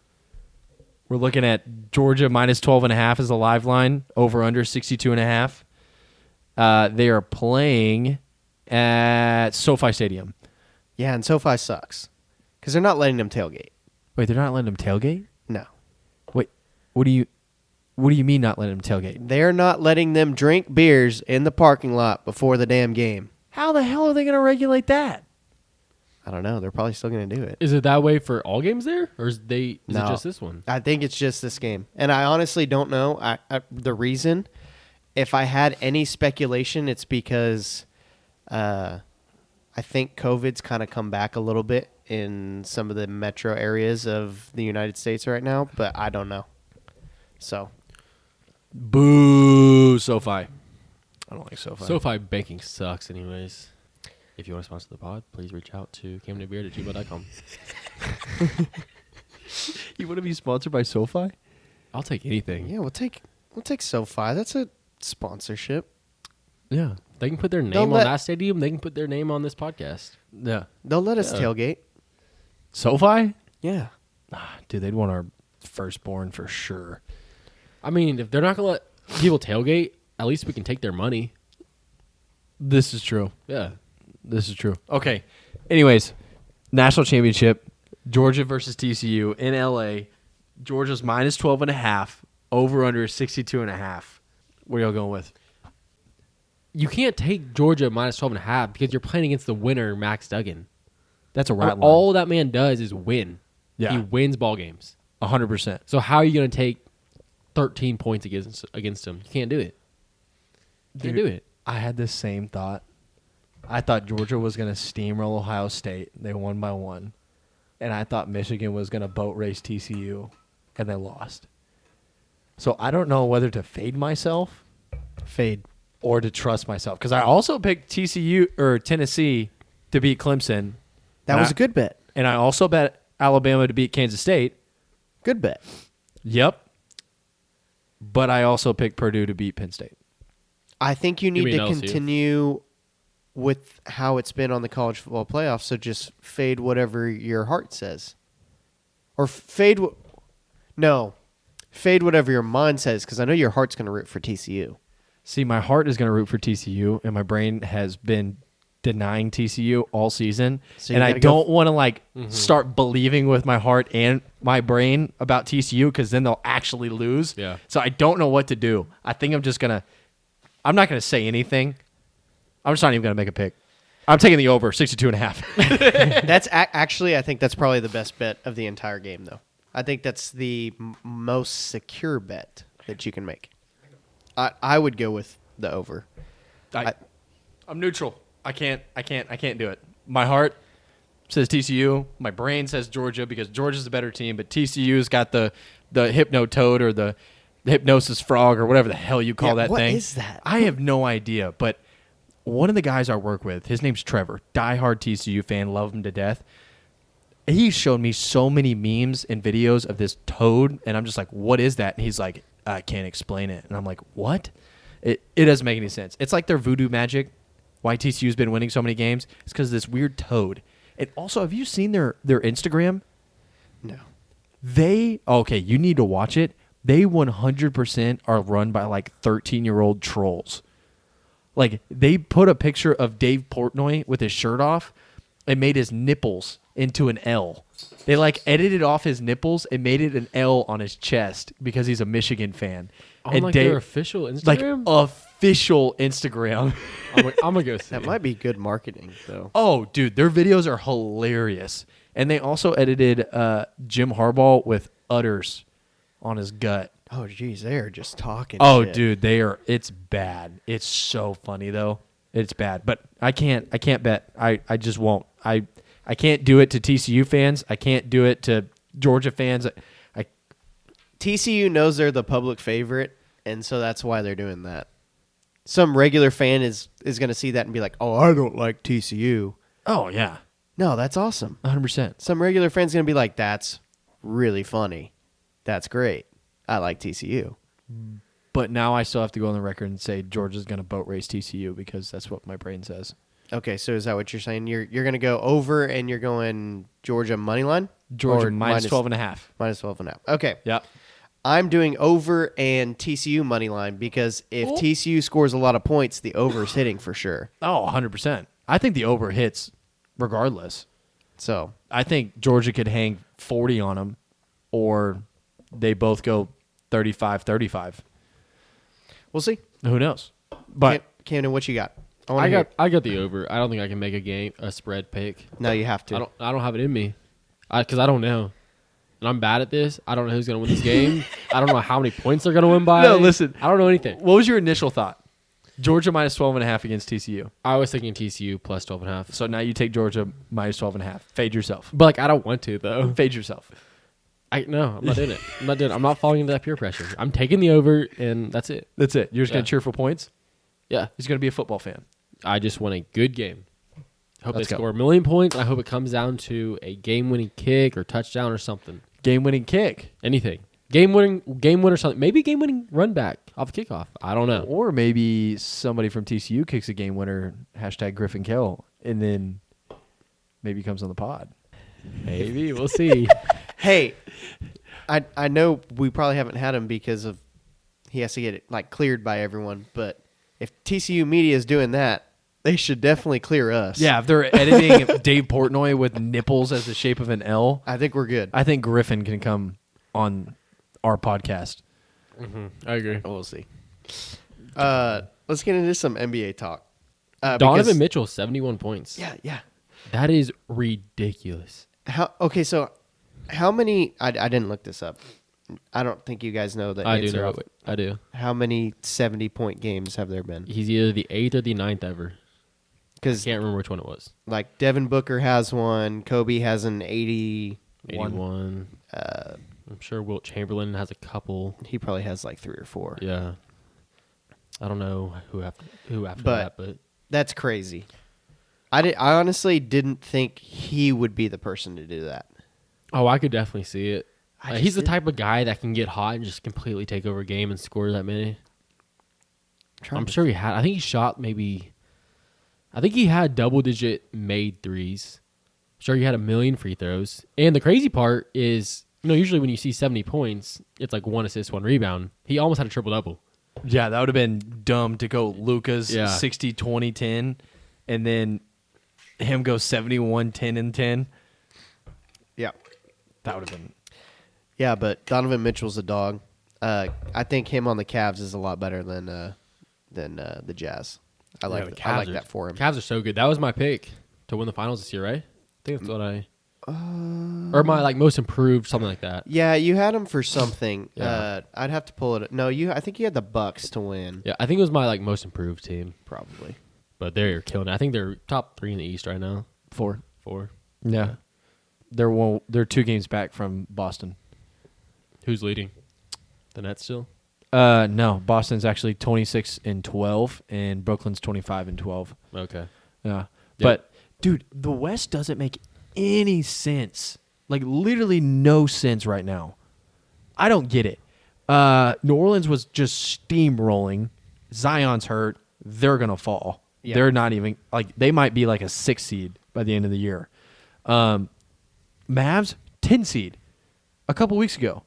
Speaker 2: We're looking at Georgia minus 12 and a half is the live line over under 62 and a half. Uh, they are playing at SoFi Stadium.
Speaker 1: Yeah, and SoFi sucks because they're not letting them tailgate.
Speaker 2: Wait, they're not letting them tailgate?
Speaker 1: No,
Speaker 2: Wait, what do you what do you mean not letting them tailgate?
Speaker 1: they're not letting them drink beers in the parking lot before the damn game.
Speaker 2: How the hell are they going to regulate that?
Speaker 1: I don't know. They're probably still going to do it.
Speaker 3: is it that way for all games there, or is they is
Speaker 1: No.
Speaker 3: it just this one?
Speaker 1: I think it's just this game, and I honestly don't know I, I, the reason. If I had any speculation, it's because uh, I think COVID's kind of come back a little bit in some of the metro areas of the United States right now, but I don't know. So
Speaker 2: Boo, SoFi. I don't like SoFi.
Speaker 3: SoFi banking sucks, anyways. If you want to sponsor the pod, please reach out to camdenbeard at gmail.com.
Speaker 2: You want to be sponsored by SoFi?
Speaker 3: I'll take anything.
Speaker 1: yeah, we'll take we'll take SoFi. That's a sponsorship.
Speaker 2: Yeah.
Speaker 3: They can put their name
Speaker 1: Don't
Speaker 3: on
Speaker 1: let-
Speaker 3: that stadium. They can put their name on this podcast.
Speaker 2: Yeah.
Speaker 1: They'll let us
Speaker 3: Yeah.
Speaker 1: tailgate.
Speaker 2: SoFi?
Speaker 1: Yeah.
Speaker 2: Ah, dude, they'd want our firstborn for sure.
Speaker 3: I mean, if they're not gonna let people tailgate, at least we can take their money.
Speaker 2: This is true.
Speaker 3: Yeah.
Speaker 2: This is true. Okay. Anyways, national championship. Georgia versus TCU in LA. Georgia's minus 12 and a half, over under is 62 and a half. Where y'all going with?
Speaker 3: You can't take Georgia minus 12 and a half because you're playing against the winner, Max Duggan.
Speaker 2: That's a right line.
Speaker 3: All that man does is win.
Speaker 2: Yeah.
Speaker 3: He wins ball games.
Speaker 2: 100%.
Speaker 3: So how are you going to take 13 points against against him? You can't do it. You can't
Speaker 2: Dude.
Speaker 3: do it.
Speaker 2: I had the same thought. I thought Georgia was going to steamroll Ohio State. They won by one. And I thought Michigan was going to boat race TCU, and they lost. So I don't know whether to fade myself
Speaker 1: Fade.
Speaker 2: or to trust myself because I also picked TCU or Tennessee to beat Clemson.
Speaker 1: That
Speaker 2: And
Speaker 1: was
Speaker 2: I-
Speaker 1: a good bet.
Speaker 2: And I also bet Alabama to beat Kansas State.
Speaker 1: Good bet.
Speaker 2: Yep. But I also picked Purdue to beat Penn State.
Speaker 1: I think you need
Speaker 3: mean
Speaker 1: to
Speaker 3: LSU?
Speaker 1: continue with how it's been on the college football playoff. So just fade whatever your heart says, or f- fade. wh- no, fade whatever your mind says, because I know your heart's going to root for TCU.
Speaker 2: See, my heart is going to root for TCU, and my brain has been denying TCU all season.
Speaker 1: So you
Speaker 2: and I
Speaker 1: gotta go- Mm-hmm.
Speaker 2: don't want to like start believing with my heart and my brain about TCU because then they'll actually lose.
Speaker 3: Yeah.
Speaker 2: So I don't know what to do. I think I'm just gonna. I'm not gonna say anything. I'm just not even gonna make a pick. I'm taking the over 62 and a half.
Speaker 1: that's a- actually, I think that's probably the best bet of the entire game, though. I think that's the m- most secure bet that you can make. I I would go with the over.
Speaker 2: I,
Speaker 1: I-
Speaker 2: I'm neutral. I can't. I can't. I can't do it. My heart says TCU. My brain says Georgia because Georgia's the better team, but TCU's got the the hypno toad or the, the hypnosis frog or whatever the hell you call
Speaker 1: Yeah,
Speaker 2: that
Speaker 1: what
Speaker 2: thing.
Speaker 1: is that?
Speaker 2: I have no idea. But one of the guys I work with, his name's Trevor, diehard TCU fan, love him to death. He's shown me so many memes and videos of this toad, and I'm just like, what is that? And he's like, I can't explain it. And I'm like, what? It, it doesn't make any sense. It's like their voodoo magic. Why TCU's been winning so many games? It's because of this weird toad. And also, have you seen their, their Instagram?
Speaker 1: No,
Speaker 2: They, oh, okay, you need to watch it. They 100% are run by like 13 year old trolls. Like they put a picture of Dave Portnoy with his shirt off and made his nipples into an L. They like edited off his nipples and made it an L on his chest because he's a Michigan fan.
Speaker 3: On
Speaker 2: and
Speaker 3: like
Speaker 2: Dave-
Speaker 3: their official
Speaker 2: like
Speaker 3: Instagram,
Speaker 2: official Instagram.
Speaker 3: I'm, gonna- I'm gonna go see.
Speaker 1: that might be good marketing, though.
Speaker 2: oh, dude, their videos are hilarious. And they also edited uh, Jim Harbaugh with udders on his gut.
Speaker 1: Oh, geez, they are just talking.
Speaker 2: Oh,
Speaker 1: shit.
Speaker 2: dude, they are. It's bad. It's so funny though. It's bad, but I can't. I can't bet. I. I just won't. I. I can't do it to TCU fans. I can't do it to Georgia fans. I.
Speaker 1: TCU knows they're the public favorite, and so that's why they're doing that. Some regular fan is is going to see that and be like, "Oh, I don't like TCU."
Speaker 2: Oh yeah,
Speaker 1: No, that's awesome.
Speaker 2: one hundred percent.
Speaker 1: Some regular fan's going to be like, "That's really funny. That's great. I like TCU."
Speaker 2: But now I still have to go on the record and say Georgia's going to boat race TCU because that's what my brain says.
Speaker 1: Okay, so is that what you're saying? You're you're going to go over and you're going Georgia money line?
Speaker 2: Georgia
Speaker 1: Or
Speaker 2: minus twelve and a half.
Speaker 1: minus 12 and a half. Okay.
Speaker 2: Yeah.
Speaker 1: I'm doing over and TCU money line because if TCU scores a lot of points, the over is hitting for sure.
Speaker 2: Oh, 100 percent. I think the over hits regardless.
Speaker 1: So
Speaker 2: I think Georgia could hang 40 on them or they both go 35 35.
Speaker 1: we'll see.
Speaker 2: Who knows? But
Speaker 1: Cam- Camden, what you got? wanna
Speaker 3: I
Speaker 1: hear
Speaker 3: got
Speaker 1: it.
Speaker 3: I got the over. I don't think I can make a game a spread pick.
Speaker 1: No, you have to.
Speaker 3: I don't I don't have it in me, I because I don't know, and I'm bad at this. I don't know who's gonna win this game. I don't know how many points they're gonna win by.
Speaker 2: No, listen.
Speaker 3: I don't know anything.
Speaker 2: what was your initial thought? Georgia minus 12 and a half against TCU.
Speaker 3: I was thinking TCU plus twelve and a half,
Speaker 2: So now you take Georgia minus 12 and a half. Fade yourself.
Speaker 3: but like I don't want to though.
Speaker 2: Fade yourself.
Speaker 3: I no, I'm not doing it. I'm not doing. It. I'm not falling into that peer pressure. I'm taking the over, and that's it.
Speaker 2: That's it. You're just going
Speaker 3: Yeah.
Speaker 2: to cheer for points.
Speaker 3: Yeah,
Speaker 2: He's going to be a football fan.
Speaker 3: I just want a good game. Hope
Speaker 2: Let's
Speaker 3: they
Speaker 2: go.
Speaker 3: score a million points. I hope it comes down to a game-winning kick or touchdown or something.
Speaker 2: Game winning kick.
Speaker 3: Anything. Game-winning, game winner something. Maybe game-winning run back off kickoff. I don't know.
Speaker 2: Or maybe somebody from TCU kicks a game winner, hashtag Griffin Kell, and then maybe comes on the pod.
Speaker 3: Maybe we'll see.
Speaker 1: Hey, I I know we probably haven't had him because of he has to get it like cleared by everyone, but if TCU media is doing that, They should definitely clear us.
Speaker 2: Yeah, if they're editing Dave Portnoy with nipples as the shape of an L,
Speaker 1: I think we're good.
Speaker 2: I think Griffin can come on our podcast.
Speaker 3: I agree.
Speaker 1: we'll see. Uh, let's get into some NBA talk. Uh,
Speaker 3: Donovan
Speaker 1: because-
Speaker 3: Mitchell, 71 points.
Speaker 1: Yeah, yeah.
Speaker 3: That is ridiculous.
Speaker 1: How? Okay, so how many? I, I didn't look this up. I don't think you guys know the
Speaker 3: I do
Speaker 1: answer.
Speaker 3: know.
Speaker 1: off-
Speaker 3: it. I do.
Speaker 1: How many seventy-point games have there been?
Speaker 3: He's either the eighth or the ninth ever.
Speaker 1: Because
Speaker 3: Can't remember which one it was.
Speaker 1: like Devin Booker has one, Kobe has an eighty.
Speaker 3: 81. I'm sure Wilt Chamberlain has a couple.
Speaker 1: He probably has like three or four.
Speaker 3: Yeah. I don't know who after who after
Speaker 1: But-
Speaker 3: that, but
Speaker 1: That's crazy. I did. I honestly didn't think he would be the person to do that.
Speaker 3: oh, I could definitely see it.
Speaker 1: I
Speaker 3: Uh,
Speaker 1: just
Speaker 3: he's the
Speaker 1: didn't-
Speaker 3: type of guy that can get hot and just completely take over a game and score that many.
Speaker 1: trying
Speaker 3: I'm
Speaker 1: to-
Speaker 3: sure he had. I think he shot maybe. I think he had double digit made threes. Sure, he had a million free throws. And the crazy part is, you know, usually when you see 70 points, it's like one assist, one rebound. He almost had a triple double.
Speaker 2: Yeah, that would have been dumb to go Luca's
Speaker 3: Yeah.
Speaker 2: 60 20 10 and then him go 71 10 and 10.
Speaker 1: Yeah.
Speaker 2: That would have been
Speaker 1: Yeah, but Donovan Mitchell's a dog. Uh, I think him on the Cavs is a lot better than uh, than uh, the Jazz. I like
Speaker 3: the
Speaker 1: th- I like
Speaker 3: Cavs are-
Speaker 1: that for him.
Speaker 3: Cavs are so good. That was my pick to win the finals this year, right? I think that's what I.
Speaker 1: Mm.
Speaker 3: or my like most improved, something like that.
Speaker 1: yeah, you had him for something.
Speaker 3: Yeah.
Speaker 1: uh, I'd have to pull it. No, you. I think you had the Bucks to win.
Speaker 3: Yeah, I think it was my like most improved team,
Speaker 1: Probably.
Speaker 3: but they're killing. it. I think they're top three in the East right now.
Speaker 2: four.
Speaker 3: Four.
Speaker 2: Yeah. They're one, they're two games back from Boston.
Speaker 3: Who's leading? The Nets still.
Speaker 2: Uh no, Boston's actually 26 and 12 and Brooklyn's 25 and 12.
Speaker 3: Okay.
Speaker 2: Yeah. But dude, the West doesn't make any sense. Like literally no sense right now. I don't get it. Uh New Orleans was just steamrolling. Zion's hurt. They're gonna fall.
Speaker 1: Yeah.
Speaker 2: They're not even like they might be like a six seed by the end of the year. Um Mavs, ten seed. A couple weeks ago.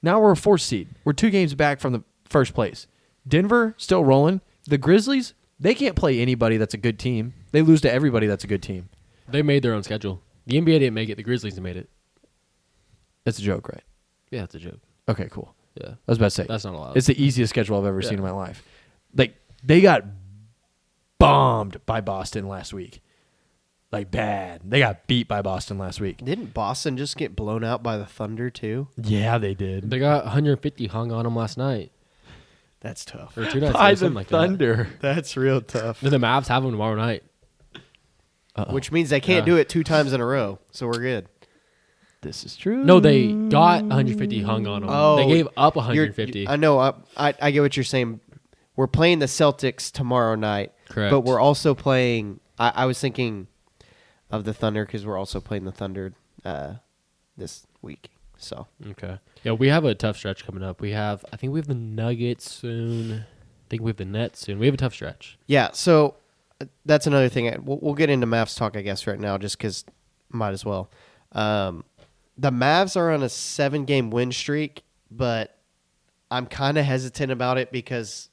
Speaker 2: Now we're a four seed. We're two games back from the first place. Denver still rolling. The Grizzlies, they can't play anybody that's a good team. They lose to everybody that's a good team.
Speaker 3: They made their own schedule. The NBA didn't make it. The Grizzlies made it.
Speaker 2: That's a joke, right?
Speaker 3: Yeah, that's a joke.
Speaker 2: Okay, cool.
Speaker 3: Yeah.
Speaker 2: I was about to say
Speaker 3: That's not allowed.
Speaker 2: It's the easiest schedule I've ever seen in my life. Like they got bombed by Boston last week. Like bad. They got beat by Boston last week.
Speaker 1: Didn't Boston just get blown out by the Thunder too?
Speaker 2: Yeah, they did.
Speaker 3: They got 150 hung on them last night
Speaker 1: That's tough.
Speaker 3: or two nights
Speaker 2: by
Speaker 3: ago,
Speaker 2: the
Speaker 3: something like that.
Speaker 2: Thunder.
Speaker 1: That's real tough.
Speaker 3: Then the Mavs have them tomorrow night.
Speaker 1: Which means they can't
Speaker 3: Yeah.
Speaker 1: do it two times in a row. So we're good.
Speaker 2: This is true.
Speaker 3: No, they got 150 hung on them.
Speaker 1: Oh,
Speaker 3: they gave up
Speaker 1: You're-
Speaker 3: 150.
Speaker 1: I know. I, I I get what you're saying. We're playing the Celtics tomorrow night.
Speaker 3: Correct.
Speaker 1: But we're also playing. I, I was thinking of the Thunder because we're also playing the Thunder uh, this week. So
Speaker 3: okay. Yeah, we have a tough stretch coming up. We have, I think we have the Nuggets soon. I think we have the Nets soon. We have a tough stretch.
Speaker 1: yeah. So uh, that's another thing. I- We'll, we'll get into Mavs talk, I guess, right now, just because might as well. Um, the Mavs are on a seven game win streak, but I'm kind of hesitant about it because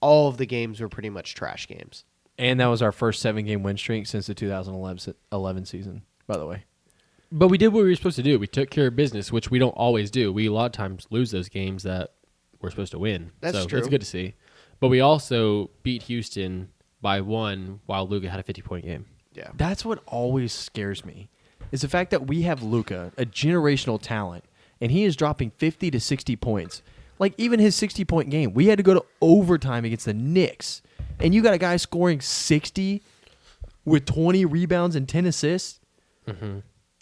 Speaker 1: all of the games were pretty much trash games.
Speaker 2: And that was our first seven game win streak since the 2011 se- 11 season, by the way.
Speaker 3: But we did what we were supposed to do. We took care of business, which we don't always do. We a lot of times lose those games that we're supposed to win.
Speaker 1: That's
Speaker 3: so
Speaker 1: true.
Speaker 3: It's good to see. But we also beat Houston by one while Luka had a 50 point game.
Speaker 1: Yeah.
Speaker 2: That's what always scares me is the fact that we have Luca, a generational talent, and he is dropping 50 to 60 points. Like even his 60 point game, we had to go to overtime against the Knicks, and you got a guy scoring 60 with 20 rebounds and 10 assists, and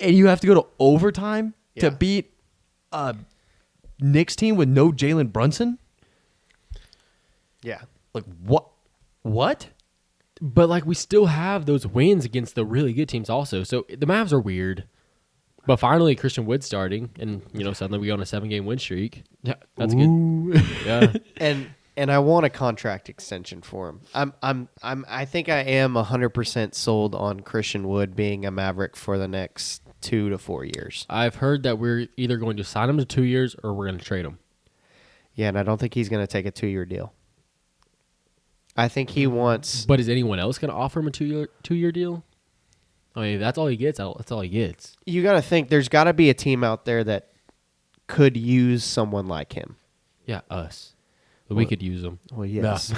Speaker 2: you have to go to overtime
Speaker 1: Yeah.
Speaker 2: to beat a Knicks team with no Jalen Brunson.
Speaker 1: Yeah.
Speaker 2: Like what? What?
Speaker 3: But like we still have those wins against the really good teams also. So the Mavs are weird. But finally Christian Wood starting and you know suddenly we go on a 7 game win streak.
Speaker 2: Yeah,
Speaker 3: That's good. Yeah.
Speaker 1: and and I want a contract extension for him. I'm I'm I'm I think I am 100% sold on Christian Wood being a Maverick for the next 2 to 4 years.
Speaker 3: I've heard that we're either going to sign him to 2 years or we're going to trade him.
Speaker 1: Yeah, and I don't think he's going to take a 2-year deal. I think he wants.
Speaker 3: But is anyone else going to offer him a two year two year deal? I mean, if that's all he gets. I'll- That's all he gets.
Speaker 1: You got to think there's got to be a team out there that could use someone like him.
Speaker 3: Yeah, us. But we could use him.
Speaker 1: Well, yes.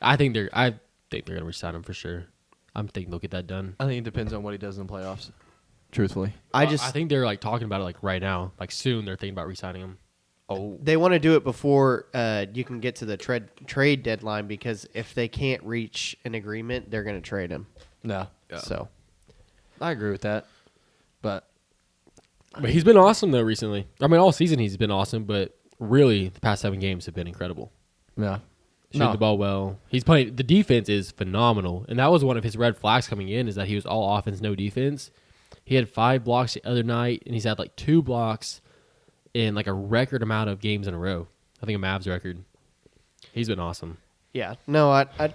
Speaker 3: I think they're. I think they're going to resign him for sure. I'm thinking they'll get that done.
Speaker 2: I think it depends on what he does in the playoffs. Truthfully,
Speaker 1: I
Speaker 3: Uh,
Speaker 1: just
Speaker 3: I think they're like talking about it like right now. Like soon, they're thinking about resigning him.
Speaker 2: oh,
Speaker 1: they want to do it before uh, you can get to the trade trade deadline because if they can't reach an agreement, they're going to trade him.
Speaker 2: no,
Speaker 1: So
Speaker 2: I agree with that. But
Speaker 3: But he's been awesome though recently. I mean, all season he's been awesome, but really the past seven games have been incredible.
Speaker 2: yeah,
Speaker 3: Shooting
Speaker 2: No.
Speaker 3: the ball well. He's playing. The defense is phenomenal, and that was one of his red flags coming in is that he was all offense, no defense. He had five blocks the other night, and he's had like two blocks in like a record amount of games in a row. I think a Mavs record. He's been awesome.
Speaker 1: yeah, no, I, I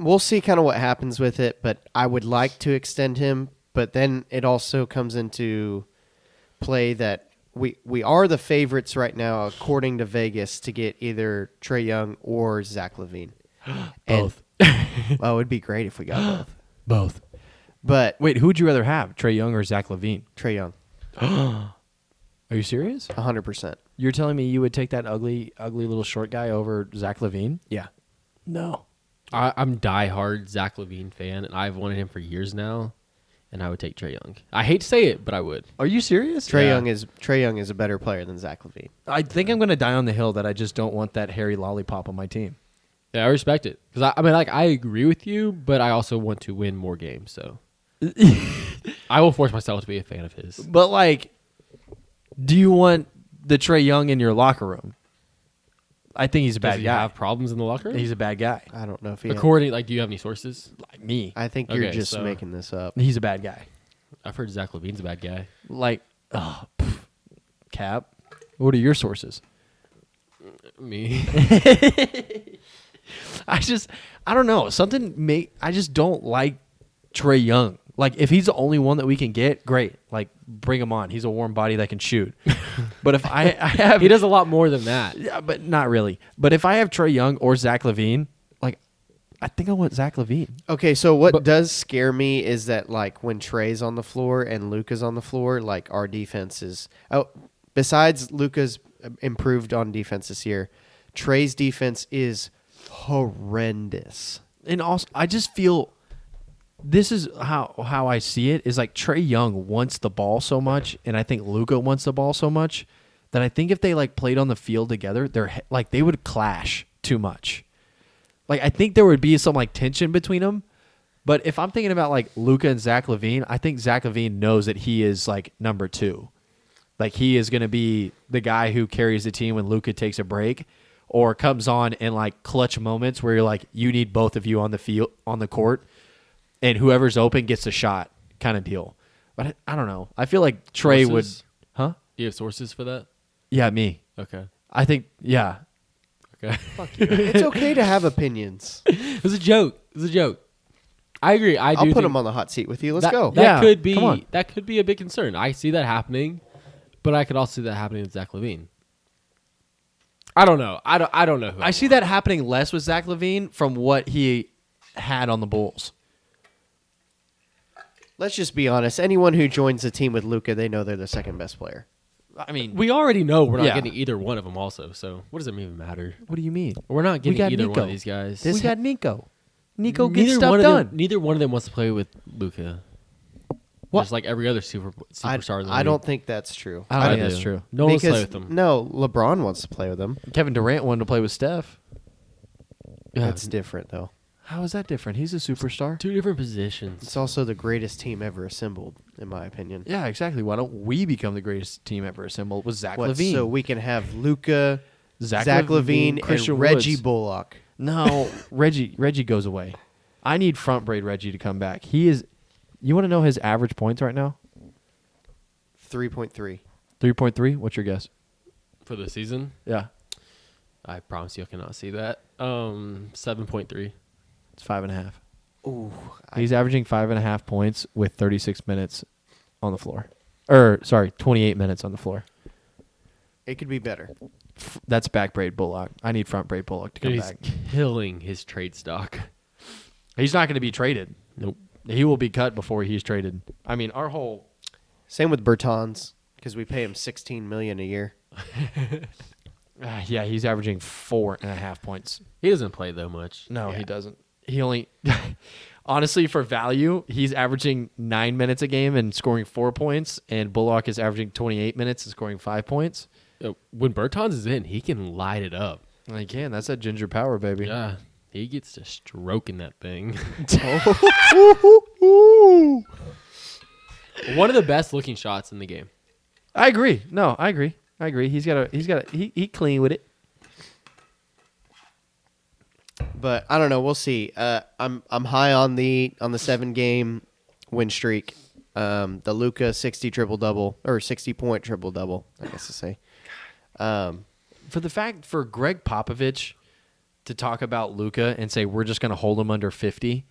Speaker 1: we'll see kind of what happens with it, but I would like to extend him. But then it also comes into play that we we are the favorites right now according to Vegas to get either Trey Young or Zach Levine.
Speaker 2: both,
Speaker 1: And, well, it would be great if we got both.
Speaker 2: both.
Speaker 1: But
Speaker 2: Wait, who would you rather have, Trey Young or Zach Levine?
Speaker 1: Trey Young,
Speaker 2: Are you serious?
Speaker 1: hundred percent.
Speaker 2: You're telling me you would take that ugly, ugly little short guy over Zach Levine?
Speaker 1: Yeah.
Speaker 2: No.
Speaker 3: I, I'm diehard Zach Levine fan, and I've wanted him for years now. And I would take Trey Young. I hate to say it, but I would.
Speaker 2: Are you serious?
Speaker 1: Trey
Speaker 3: Yeah.
Speaker 1: Young is Trey Young is a better player than Zach Levine.
Speaker 2: I think I'm going to die on the hill that I just don't want that hairy lollipop on my team.
Speaker 3: Yeah, I respect it because I, I mean, like, I agree with you, but I also want to win more games. So I will force myself to be a fan of his.
Speaker 2: But like, do you want the Trey Young in your locker room? I think he's a
Speaker 3: Does
Speaker 2: bad
Speaker 3: he
Speaker 2: guy.
Speaker 3: have problems in the locker room?
Speaker 2: He's a bad guy.
Speaker 1: I don't know if he.
Speaker 3: According, like, do you have any sources?
Speaker 2: Like me,
Speaker 1: I think you're
Speaker 3: Okay,
Speaker 1: just
Speaker 3: so-
Speaker 1: making this up.
Speaker 2: he's a bad guy.
Speaker 3: I've heard Zach Levine's a bad guy.
Speaker 2: Like, oh, pff, Cap. What are your sources?
Speaker 3: Me,
Speaker 2: I just, I don't know. Something make. I just don't like Trey Young. Like, if he's the only one that we can get, great. Like, bring him on. He's a warm body that can shoot. but if I, I have,
Speaker 3: he does a lot more than that.
Speaker 2: Yeah, but not really. But if I have Trey Young or Zach Levine, like I think I want Zach Levine.
Speaker 1: Okay, so what does scare me is that like when Trey's on the floor and Luca's on the floor, like our defense is. Oh, besides Luca's uh, improved on defense this year, Trey's defense is horrendous.
Speaker 2: And also I just feel this is how how I see it is like Trey Young wants the ball so much and I think Luca wants the ball so much that I think if they like played on the field together, they're he- like they would clash too much. Like I think there would be some like tension between them. But if I'm thinking about like Luca and Zach Levine, I think Zach Levine knows that he is like number two. Like he is going to be the guy who carries the team when Luca takes a break or comes on in like clutch moments where you're like you need both of you on the field on the court and whoever's open gets a shot kind of deal. But I, I don't know. I feel like Trey
Speaker 3: Sources?
Speaker 2: would huh?
Speaker 3: Do you have sources for that?
Speaker 2: Yeah, me.
Speaker 3: Okay,
Speaker 2: I think yeah.
Speaker 3: okay.
Speaker 1: it's okay to have opinions.
Speaker 3: it was a joke. It was a joke. I agree. I do.
Speaker 1: I'll put
Speaker 3: think-
Speaker 1: him on the hot seat with you. Let's
Speaker 3: that,
Speaker 1: go.
Speaker 3: That
Speaker 2: Yeah,
Speaker 3: could be
Speaker 2: come on.
Speaker 3: that could be a big concern. I see that happening, but I could also see that happening with Zach Levine. I don't know. I don't. I don't know. Who
Speaker 2: I see that happening less with Zach Levine from what he had on the Bulls.
Speaker 1: Let's just be honest. Anyone who joins the team with Luca, they know they're the second best player.
Speaker 2: I mean,
Speaker 3: we already know we're not
Speaker 2: Yeah.
Speaker 3: getting either one of them. Also, so what does it even matter?
Speaker 2: what do you mean?
Speaker 3: We're not
Speaker 2: We
Speaker 3: getting
Speaker 2: got
Speaker 3: either one
Speaker 2: Nico.
Speaker 3: of these guys.
Speaker 2: we got Nico. Nico gets
Speaker 3: neither
Speaker 2: stuff
Speaker 3: one of
Speaker 2: done.
Speaker 3: Them, neither one of them wants to play with Luca.
Speaker 2: What?
Speaker 3: Just like every other super
Speaker 1: I,
Speaker 3: superstar. in the
Speaker 1: I
Speaker 3: league.
Speaker 1: don't think that's true.
Speaker 2: I don't think
Speaker 3: do.
Speaker 2: that's true.
Speaker 3: No one wants to play
Speaker 1: Because-
Speaker 3: with them.
Speaker 1: No, LeBron wants to play with them.
Speaker 2: Kevin Durant wanted to play with Steph.
Speaker 3: Yeah,
Speaker 1: That's different, though.
Speaker 2: How is that different? He's a superstar.
Speaker 3: two different positions.
Speaker 1: It's also the greatest team ever assembled, in my opinion.
Speaker 2: Yeah, exactly. Why don't we become the greatest team ever assembled with Zach
Speaker 1: What,
Speaker 2: Levine?
Speaker 1: So we can have Luca,
Speaker 2: Zach
Speaker 1: Zach,
Speaker 2: Levine,
Speaker 1: Levine,
Speaker 2: Christian
Speaker 1: and Reggie
Speaker 2: Woods.
Speaker 1: Bullock.
Speaker 2: no, Reggie. Reggie goes away. I need front braid Reggie to come back. He is. You want to know his average points right now?
Speaker 1: Three point three.
Speaker 2: Three point three. What's your guess?
Speaker 3: For the season,
Speaker 2: Yeah,
Speaker 3: I promise you, I cannot see that. Um, seven point three.
Speaker 2: it's five and a half.
Speaker 1: Ooh,
Speaker 2: He's averaging five and a half points with 36 minutes on the floor, or sorry, 28 minutes on the floor.
Speaker 1: it could be better.
Speaker 2: f- that's back braid Bullock. I need front braid Bullock to come
Speaker 3: He's
Speaker 2: back.
Speaker 3: killing his trade stock.
Speaker 2: He's not going to be traded.
Speaker 3: Nope.
Speaker 2: He will be cut before he's traded. I mean, our whole
Speaker 1: Same with Bertans because we pay him sixteen million a year.
Speaker 2: uh, yeah, he's averaging four and a half points.
Speaker 3: He doesn't play though much.
Speaker 2: No,
Speaker 1: Yeah.
Speaker 2: he doesn't. He only honestly for value, he's averaging nine minutes a game and scoring four points, and Bullock is averaging twenty eight minutes and scoring five points.
Speaker 3: Uh, When Bertons is in, he can light it up.
Speaker 2: And again, that's that ginger power, baby.
Speaker 3: Yeah. He gets to stroking that thing. One of the best looking shots in the game.
Speaker 2: I agree. No, I agree. I agree. He's got a he's got a he, he clean with it.
Speaker 1: But I don't know. We'll see. Uh, I'm I'm high on the on the seven game win streak. Um, the Luca sixty triple double or sixty point triple double. I guess to say. Um,
Speaker 2: For the fact for Greg Popovich to talk about Luca and say we're just gonna hold him under fifty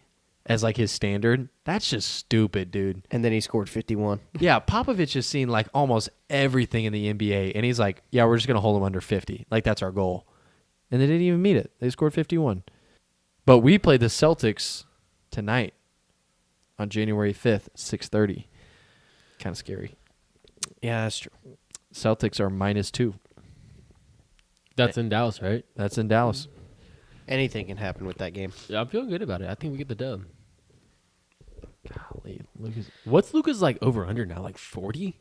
Speaker 2: as like his standard, that's just stupid, dude.
Speaker 1: and then he scored fifty one.
Speaker 2: Yeah, Popovich has seen like almost everything in the NBA, and he's like, yeah, we're just gonna hold them under fifty. Like that's our goal, and they didn't even meet it. They scored fifty-one, but we play the Celtics tonight on January fifth, six thirty. Kind of scary.
Speaker 1: Yeah, that's true.
Speaker 2: Celtics are minus two.
Speaker 3: That's in Dallas, right?
Speaker 2: That's in Dallas.
Speaker 1: Anything can happen with that game.
Speaker 3: Yeah, I'm feeling good about it. I think we get the dub.
Speaker 2: Golly, Lucas.
Speaker 3: What's Luca's like over under now? Like 40?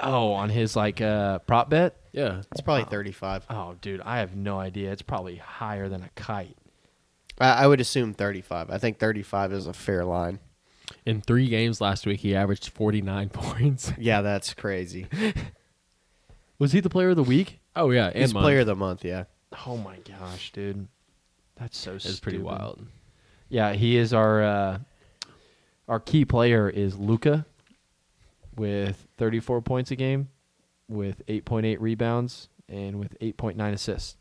Speaker 2: Oh, on his like uh, prop bet.
Speaker 3: Yeah.
Speaker 1: It's probably thirty five.
Speaker 2: Oh, dude, I have no idea. It's probably higher than a kite.
Speaker 1: I, I would assume thirty five. I think thirty five is a fair line.
Speaker 3: In three games last week, he averaged 49 points.
Speaker 1: Yeah, that's crazy.
Speaker 2: Was he the player of the week?
Speaker 3: Oh, yeah. And
Speaker 1: He's
Speaker 3: mine.
Speaker 1: player of the month. Yeah.
Speaker 2: Oh my gosh, dude. That's so
Speaker 3: It's pretty
Speaker 2: stupid.
Speaker 3: wild.
Speaker 2: Yeah, he is our uh, our key player is Luca with 34 points a game, with 8.8 rebounds, and with 8.9 assists.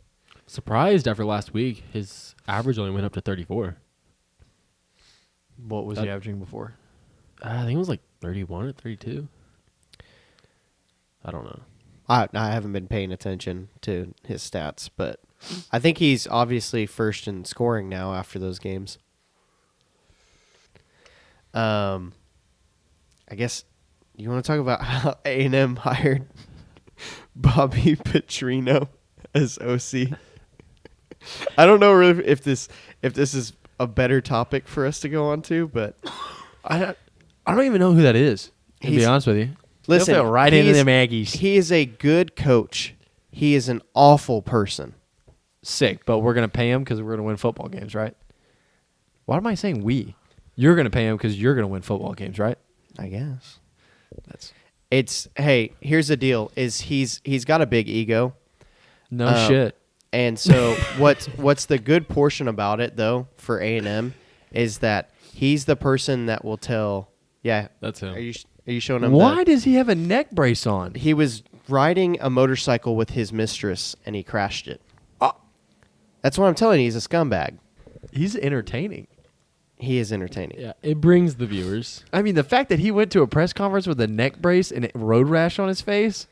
Speaker 3: Surprised after last week, his average only went up to 34.
Speaker 2: What was
Speaker 3: he
Speaker 2: averaging before?
Speaker 3: Uh, I think it was like 31 or 32. I don't know.
Speaker 1: I I haven't been paying attention to his stats, but I think he's obviously first in scoring now after those games. Um, I guess you want to talk about how A and M hired Bobby Petrino as OC. I don't know really if this if this is a better topic for us to go on to, but
Speaker 2: I don't, I don't even know who that is. To be
Speaker 1: He's-
Speaker 2: honest with you,
Speaker 1: listen,
Speaker 2: They'll fit right into
Speaker 1: he's-
Speaker 2: the Aggies.
Speaker 1: he is a good coach. He is an awful person.
Speaker 2: sick, but we're gonna pay him because we're gonna win football games, right? Why am I saying we? You're gonna pay him because you're gonna win football games, right?
Speaker 1: I guess.
Speaker 2: That's
Speaker 1: It's hey, here's the deal is he's he's got a big ego.
Speaker 2: no
Speaker 1: Um,
Speaker 2: shit.
Speaker 1: And so what's what's the good portion about it though for A&M is that he's the person that will tell yeah,
Speaker 3: That's him.
Speaker 1: are you sh- are you showing him
Speaker 2: Why
Speaker 1: the-
Speaker 2: does he have a neck brace on?
Speaker 1: he was riding a motorcycle with his mistress and he crashed it. That's what I'm telling you, he's a scumbag.
Speaker 2: He's entertaining.
Speaker 1: He is entertaining.
Speaker 3: Yeah, it brings the viewers.
Speaker 2: I mean, the fact that he went to a press conference with a neck brace and a road rash on his face,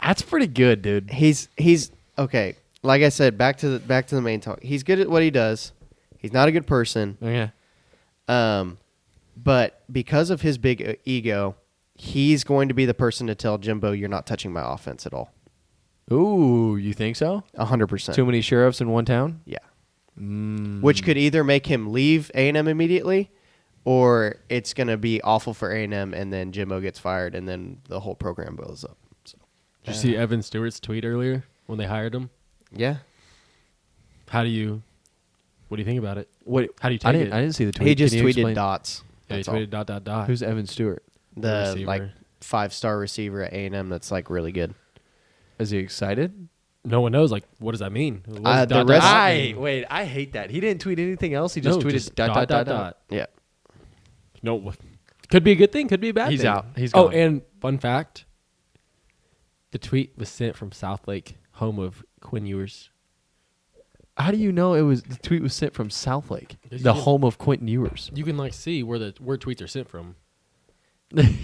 Speaker 2: that's pretty good, dude.
Speaker 1: he's he's okay. Like I said, back to the back to the main talk. He's good at what he does. He's not a good person.
Speaker 2: Yeah.
Speaker 1: Um, but because of his big uh, ego, he's going to be the person to tell Jimbo, "You're not touching my offense at all."
Speaker 2: Ooh, you think so?
Speaker 1: A hundred percent.
Speaker 2: Too many sheriffs in one town?
Speaker 1: Yeah. Which could either make him leave A and M immediately, or it's going to be awful for A and M, and then Jimbo gets fired, and then the whole program blows up. So,
Speaker 3: Did you see Evan Stewart's tweet earlier when they hired him?
Speaker 1: yeah.
Speaker 3: How do you? What do you think about it?
Speaker 2: What?
Speaker 3: How do you take
Speaker 2: I didn't.
Speaker 3: it?
Speaker 2: I didn't see the tweet.
Speaker 1: He just
Speaker 2: Can you
Speaker 1: tweeted
Speaker 2: explain-
Speaker 1: dots.
Speaker 3: Yeah, he
Speaker 1: That's all.
Speaker 3: tweeted dot dot dot.
Speaker 2: Who's Evan Stewart?
Speaker 1: the
Speaker 3: receiver.
Speaker 1: like five star receiver at A and M that's like really good.
Speaker 2: Is he excited?
Speaker 3: no one knows. Like, what does that mean? What does
Speaker 1: Uh, the
Speaker 3: dot, dot,
Speaker 1: rest-
Speaker 3: dot
Speaker 2: I
Speaker 3: mean?
Speaker 2: wait. I hate that. He didn't tweet anything else. He
Speaker 3: No,
Speaker 2: just tweeted dot, dot, dot, dot.
Speaker 1: Yeah.
Speaker 3: No, what- could be a good thing. Could be a bad
Speaker 2: He's
Speaker 3: thing.
Speaker 2: out. He's
Speaker 3: oh,
Speaker 2: gone.
Speaker 3: and fun fact: the tweet was sent from Southlake, home of Quinn Ewers.
Speaker 2: How do you know it was the tweet was sent from Southlake,
Speaker 3: Yes,
Speaker 2: the
Speaker 3: you-
Speaker 2: home of Quentin Ewers?
Speaker 3: You can like see where the where tweets are sent from.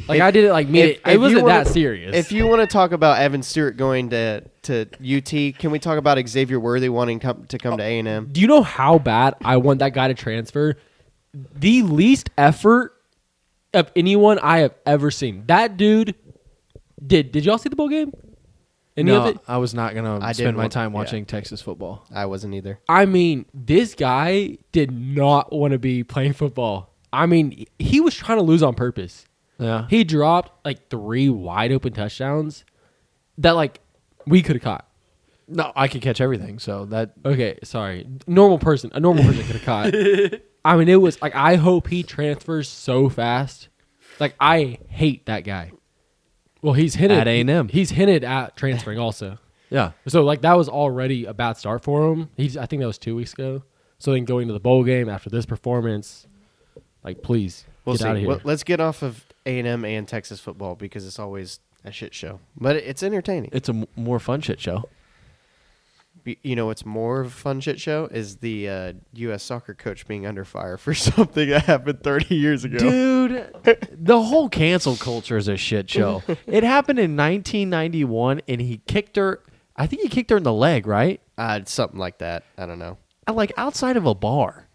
Speaker 3: Like I didn't like mean
Speaker 1: if-
Speaker 3: it. It
Speaker 1: if you
Speaker 3: wasn't
Speaker 1: wanna-
Speaker 3: that serious.
Speaker 1: If you want to talk about Evan Stewart going to to UT, can we talk about Xavier Worthy wanting come, to come to A and M?
Speaker 3: Do you know how bad I want that guy to transfer? The least effort of anyone I have ever seen. That dude did. Did y'all see the bowl game? Any
Speaker 2: no,
Speaker 3: of it?
Speaker 2: I was not gonna
Speaker 1: I
Speaker 2: spend
Speaker 1: didn't
Speaker 2: my
Speaker 1: want-
Speaker 2: time
Speaker 1: yeah.
Speaker 2: watching Texas football.
Speaker 1: I wasn't either.
Speaker 3: I mean, this guy did not want to be playing football. I mean, he was trying to lose on purpose.
Speaker 2: Yeah,
Speaker 3: He dropped like three wide open touchdowns that like we could have caught.
Speaker 2: no, I could catch everything. So that
Speaker 3: Okay, sorry. Normal person, a normal person could have caught. I mean, it was like I hope he transfers so fast. Like I hate that guy. Well, he's hinted
Speaker 2: At A&M.
Speaker 3: He's hinted at transferring also.
Speaker 2: yeah,
Speaker 3: So like that was already a bad start for him. He's I think that was two weeks ago. So then going to the bowl game after this performance, like please
Speaker 1: We'll
Speaker 3: get out of
Speaker 1: see.
Speaker 3: here.
Speaker 1: Well, let's get off of A and M and Texas football because it's always a shit show, but it's entertaining.
Speaker 2: it's a m- more fun shit show.
Speaker 1: Y- you know, it's more of a fun shit show is the uh, U.S. soccer coach being under fire for something that happened 30 years ago.
Speaker 2: Dude, the whole cancel culture is a shit show. It happened in 1991, and he kicked her. I think he kicked her in the leg, right?
Speaker 1: Uh, something like that. I don't know.
Speaker 2: Uh, Like outside of a bar.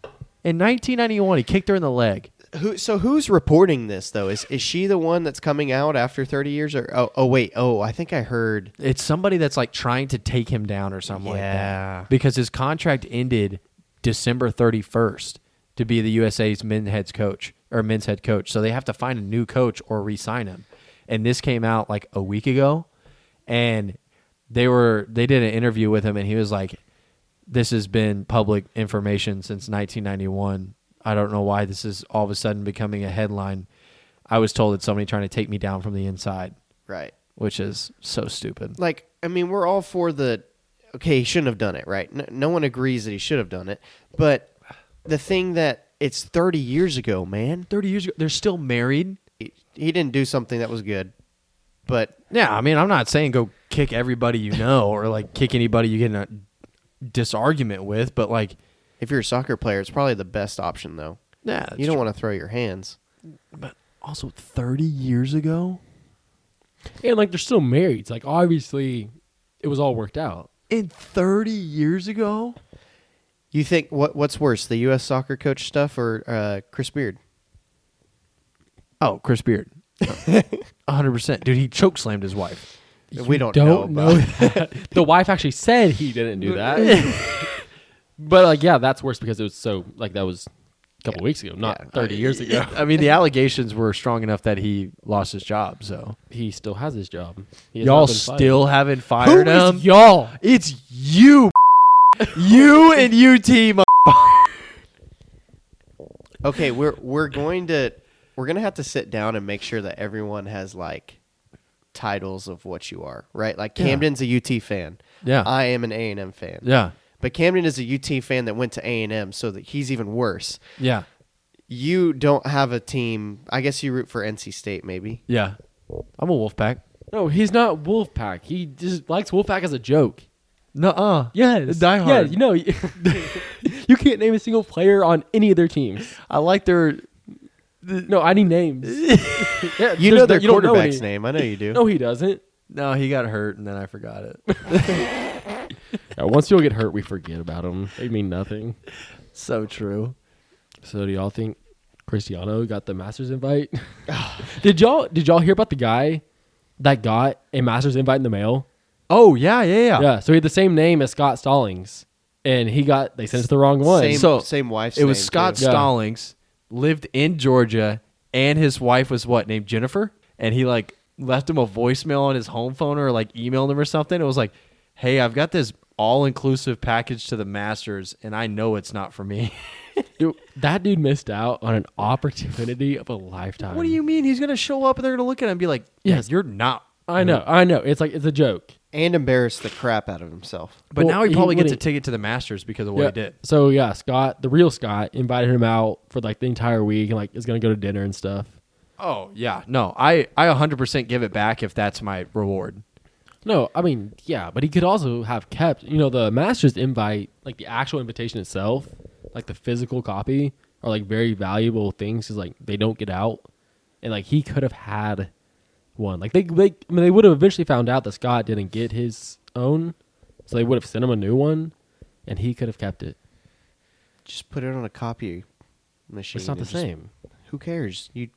Speaker 2: In 1991, he kicked her in the leg.
Speaker 1: Who? So who's reporting this though? Is is she the one that's coming out after 30 years? Or oh, oh wait, oh I think I heard.
Speaker 2: It's somebody that's like trying to take him down or something like
Speaker 1: Yeah.
Speaker 2: that. Because his contract ended December 31st to be the USA's men's head coach or men's head coach. So they have to find a new coach or re-sign him. And this came out like a week ago and they were they did an interview with him and he was like this has been public information since 1991. I don't know why this is all of a sudden becoming a headline. I was told it's somebody trying to take me down from the inside,
Speaker 1: Right.
Speaker 2: which is so stupid.
Speaker 1: like I mean, we're all for the okay, he shouldn't have done it, right? No, no one agrees that he should have done it, but the thing that it's 30 years ago, man.
Speaker 2: 30 years ago. They're still married.
Speaker 1: He, he didn't do something that was good, but
Speaker 2: Yeah, I mean, I'm not saying go kick everybody you know or like kick anybody you get in a disargument with, but like,
Speaker 1: if you're a soccer player, it's probably the best option though.
Speaker 2: yeah,
Speaker 1: you don't want to throw your hands.
Speaker 2: But also, 30 years ago,
Speaker 3: and like they're still married. It's like obviously it was all worked out.
Speaker 2: in 30 years ago,
Speaker 1: You think what what's worse, the U.S. soccer coach stuff or uh, Chris Beard?
Speaker 2: oh, Chris Beard, 100 percent, dude, he choke slammed his wife.
Speaker 1: we don't,
Speaker 3: Don't
Speaker 1: know.
Speaker 3: know.
Speaker 1: about-
Speaker 3: that. the wife actually said he didn't do that. but like yeah, that's worse because it was so like that was a couple weeks ago, not
Speaker 1: Yeah.
Speaker 3: 30 years ago.
Speaker 2: I mean, the allegations were strong enough that he lost his job. So
Speaker 3: he still has his job. He has
Speaker 2: y'all
Speaker 3: not been fired.
Speaker 2: still haven't
Speaker 3: Who
Speaker 2: fired
Speaker 3: is
Speaker 2: him.
Speaker 3: y'all?
Speaker 2: It's you, you and UT. mo-
Speaker 1: Okay, we're we're going to we're gonna have to sit down and make sure that everyone has like titles of what you are, right? Like
Speaker 2: Yeah.
Speaker 1: Camden's a UT fan.
Speaker 2: Yeah.
Speaker 1: I am an A and M fan.
Speaker 2: Yeah,
Speaker 1: But Camden is a UT fan that went to A and M, so that he's even worse.
Speaker 2: yeah,
Speaker 1: You don't have a team. I guess you root for NC State, maybe.
Speaker 2: yeah. I'm a Wolfpack.
Speaker 3: No, he's not Wolfpack. He just likes Wolfpack as a joke.
Speaker 2: Nuh-uh.
Speaker 3: Yes.
Speaker 2: Die
Speaker 3: Yeah,
Speaker 2: Hard.
Speaker 3: you know, you can't name a single player on any of their teams.
Speaker 2: I like their.
Speaker 3: No, I need names. Yeah,
Speaker 1: You
Speaker 3: there's
Speaker 1: know
Speaker 3: no-
Speaker 1: their
Speaker 3: you don't know
Speaker 1: quarterback's
Speaker 3: any-
Speaker 1: name. I know you do.
Speaker 3: No, he doesn't.
Speaker 2: No, he got hurt and then I forgot it.
Speaker 3: Yeah, once you all get hurt, we forget about them. They mean nothing.
Speaker 2: so true.
Speaker 3: So do y'all think Cristiano got the Masters invite? did y'all did y'all hear about the guy that got a Masters invite in the mail?
Speaker 2: Oh yeah, yeah, yeah.
Speaker 3: Yeah, so he had the same name as Scott Stallings, and he got they sent us the wrong one.
Speaker 1: Same,
Speaker 2: So,
Speaker 1: same wife's.
Speaker 2: It was
Speaker 1: name,
Speaker 2: Scott
Speaker 1: too.
Speaker 3: Yeah.
Speaker 2: Stallings lived in Georgia, and his wife was what named Jennifer, and he like left him a voicemail on his home phone or like emailed him or something. It was like, "Hey, I've got this all-inclusive package to the Masters, and I know it's not for me."
Speaker 3: Dude, that dude missed out on an opportunity of a lifetime.
Speaker 2: what do you mean? He's gonna show up and they're gonna look at him and be like,
Speaker 3: Yes.
Speaker 2: "Yes, you're not."
Speaker 3: I know, I know. It's like it's a joke.
Speaker 1: and embarrassed the crap out of himself.
Speaker 2: But
Speaker 3: Well,
Speaker 2: now he
Speaker 3: he
Speaker 2: probably gets a
Speaker 3: wouldn't-
Speaker 2: ticket to the Masters because of what
Speaker 3: yeah.
Speaker 2: he did.
Speaker 3: So yeah, Scott, the real Scott, invited him out for like the entire week and like is gonna go to dinner and stuff.
Speaker 2: Oh yeah, no, I I 100% give it back if that's my reward.
Speaker 3: No, I mean yeah, but he could also have kept you know the Masters invite, like the actual invitation itself, like the physical copy are like very valuable things because like they don't get out. and like he could have had one. Like they, they, I mean, they would have eventually found out that Scott didn't get his own, so they would have sent him a new one, and he could have kept it.
Speaker 1: Just put it on a copy machine.
Speaker 3: It's not the
Speaker 1: and just-
Speaker 3: same.
Speaker 1: Who cares? You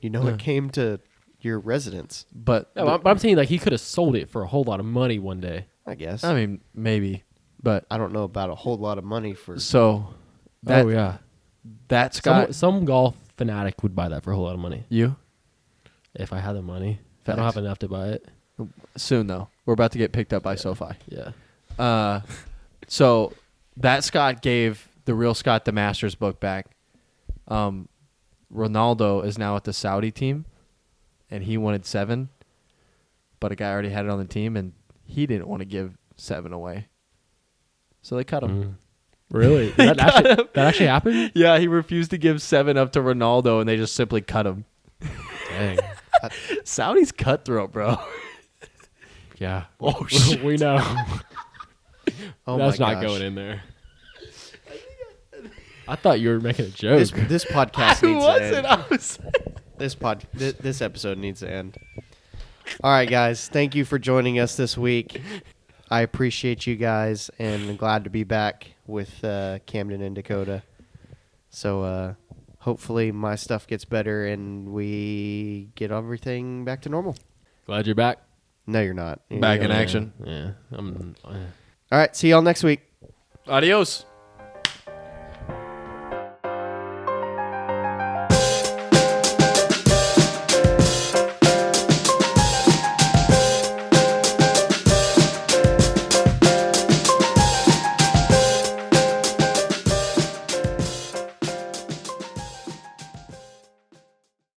Speaker 1: you know
Speaker 2: Yeah.
Speaker 1: it came to your residence.
Speaker 2: But
Speaker 3: No, I'm, but I'm saying like he could have sold it for a whole lot of money one day.
Speaker 1: I guess.
Speaker 2: I mean, maybe. But
Speaker 1: I don't know about a whole lot of money for.
Speaker 2: so that
Speaker 3: oh yeah,
Speaker 2: that's
Speaker 3: some,
Speaker 2: got
Speaker 3: some golf fanatic would buy that for a whole lot of money.
Speaker 2: you
Speaker 3: If I had the money, if I don't
Speaker 2: Facts.
Speaker 3: have enough to buy it.
Speaker 2: soon though. We're about to get picked up by SoFi.
Speaker 3: Yeah,
Speaker 2: Uh, so that Scott gave the real Scott the Masters book back. Um, Ronaldo is now at the Saudi team, and he wanted seven, but a guy already had it on the team, and he didn't want to give seven away, so they cut him.
Speaker 3: Mm. really? Did that, actually, that actually happened?
Speaker 2: Yeah, he refused to give seven up to Ronaldo, and they just simply cut him.
Speaker 3: Dang.
Speaker 2: Saudi's cutthroat, bro.
Speaker 3: Yeah.
Speaker 2: Oh
Speaker 3: we know
Speaker 1: Oh
Speaker 3: that's
Speaker 1: my gosh.
Speaker 3: not going in there. I thought you were making a joke.
Speaker 1: This this podcast
Speaker 2: Who
Speaker 1: needs
Speaker 2: was
Speaker 1: to end.
Speaker 2: it? I was.
Speaker 1: This pod thi- this episode needs to end. All right, guys. Thank you for joining us this week. I appreciate you guys and I'm glad to be back with uh, Camden and Dakota. So uh, hopefully my stuff gets better and we get everything back to normal.
Speaker 3: Glad you're back.
Speaker 1: No, you're not. You're
Speaker 2: Back in
Speaker 1: gonna-
Speaker 2: action.
Speaker 3: Yeah. I'm. uh,
Speaker 1: All right. See y'all next week.
Speaker 2: Adios.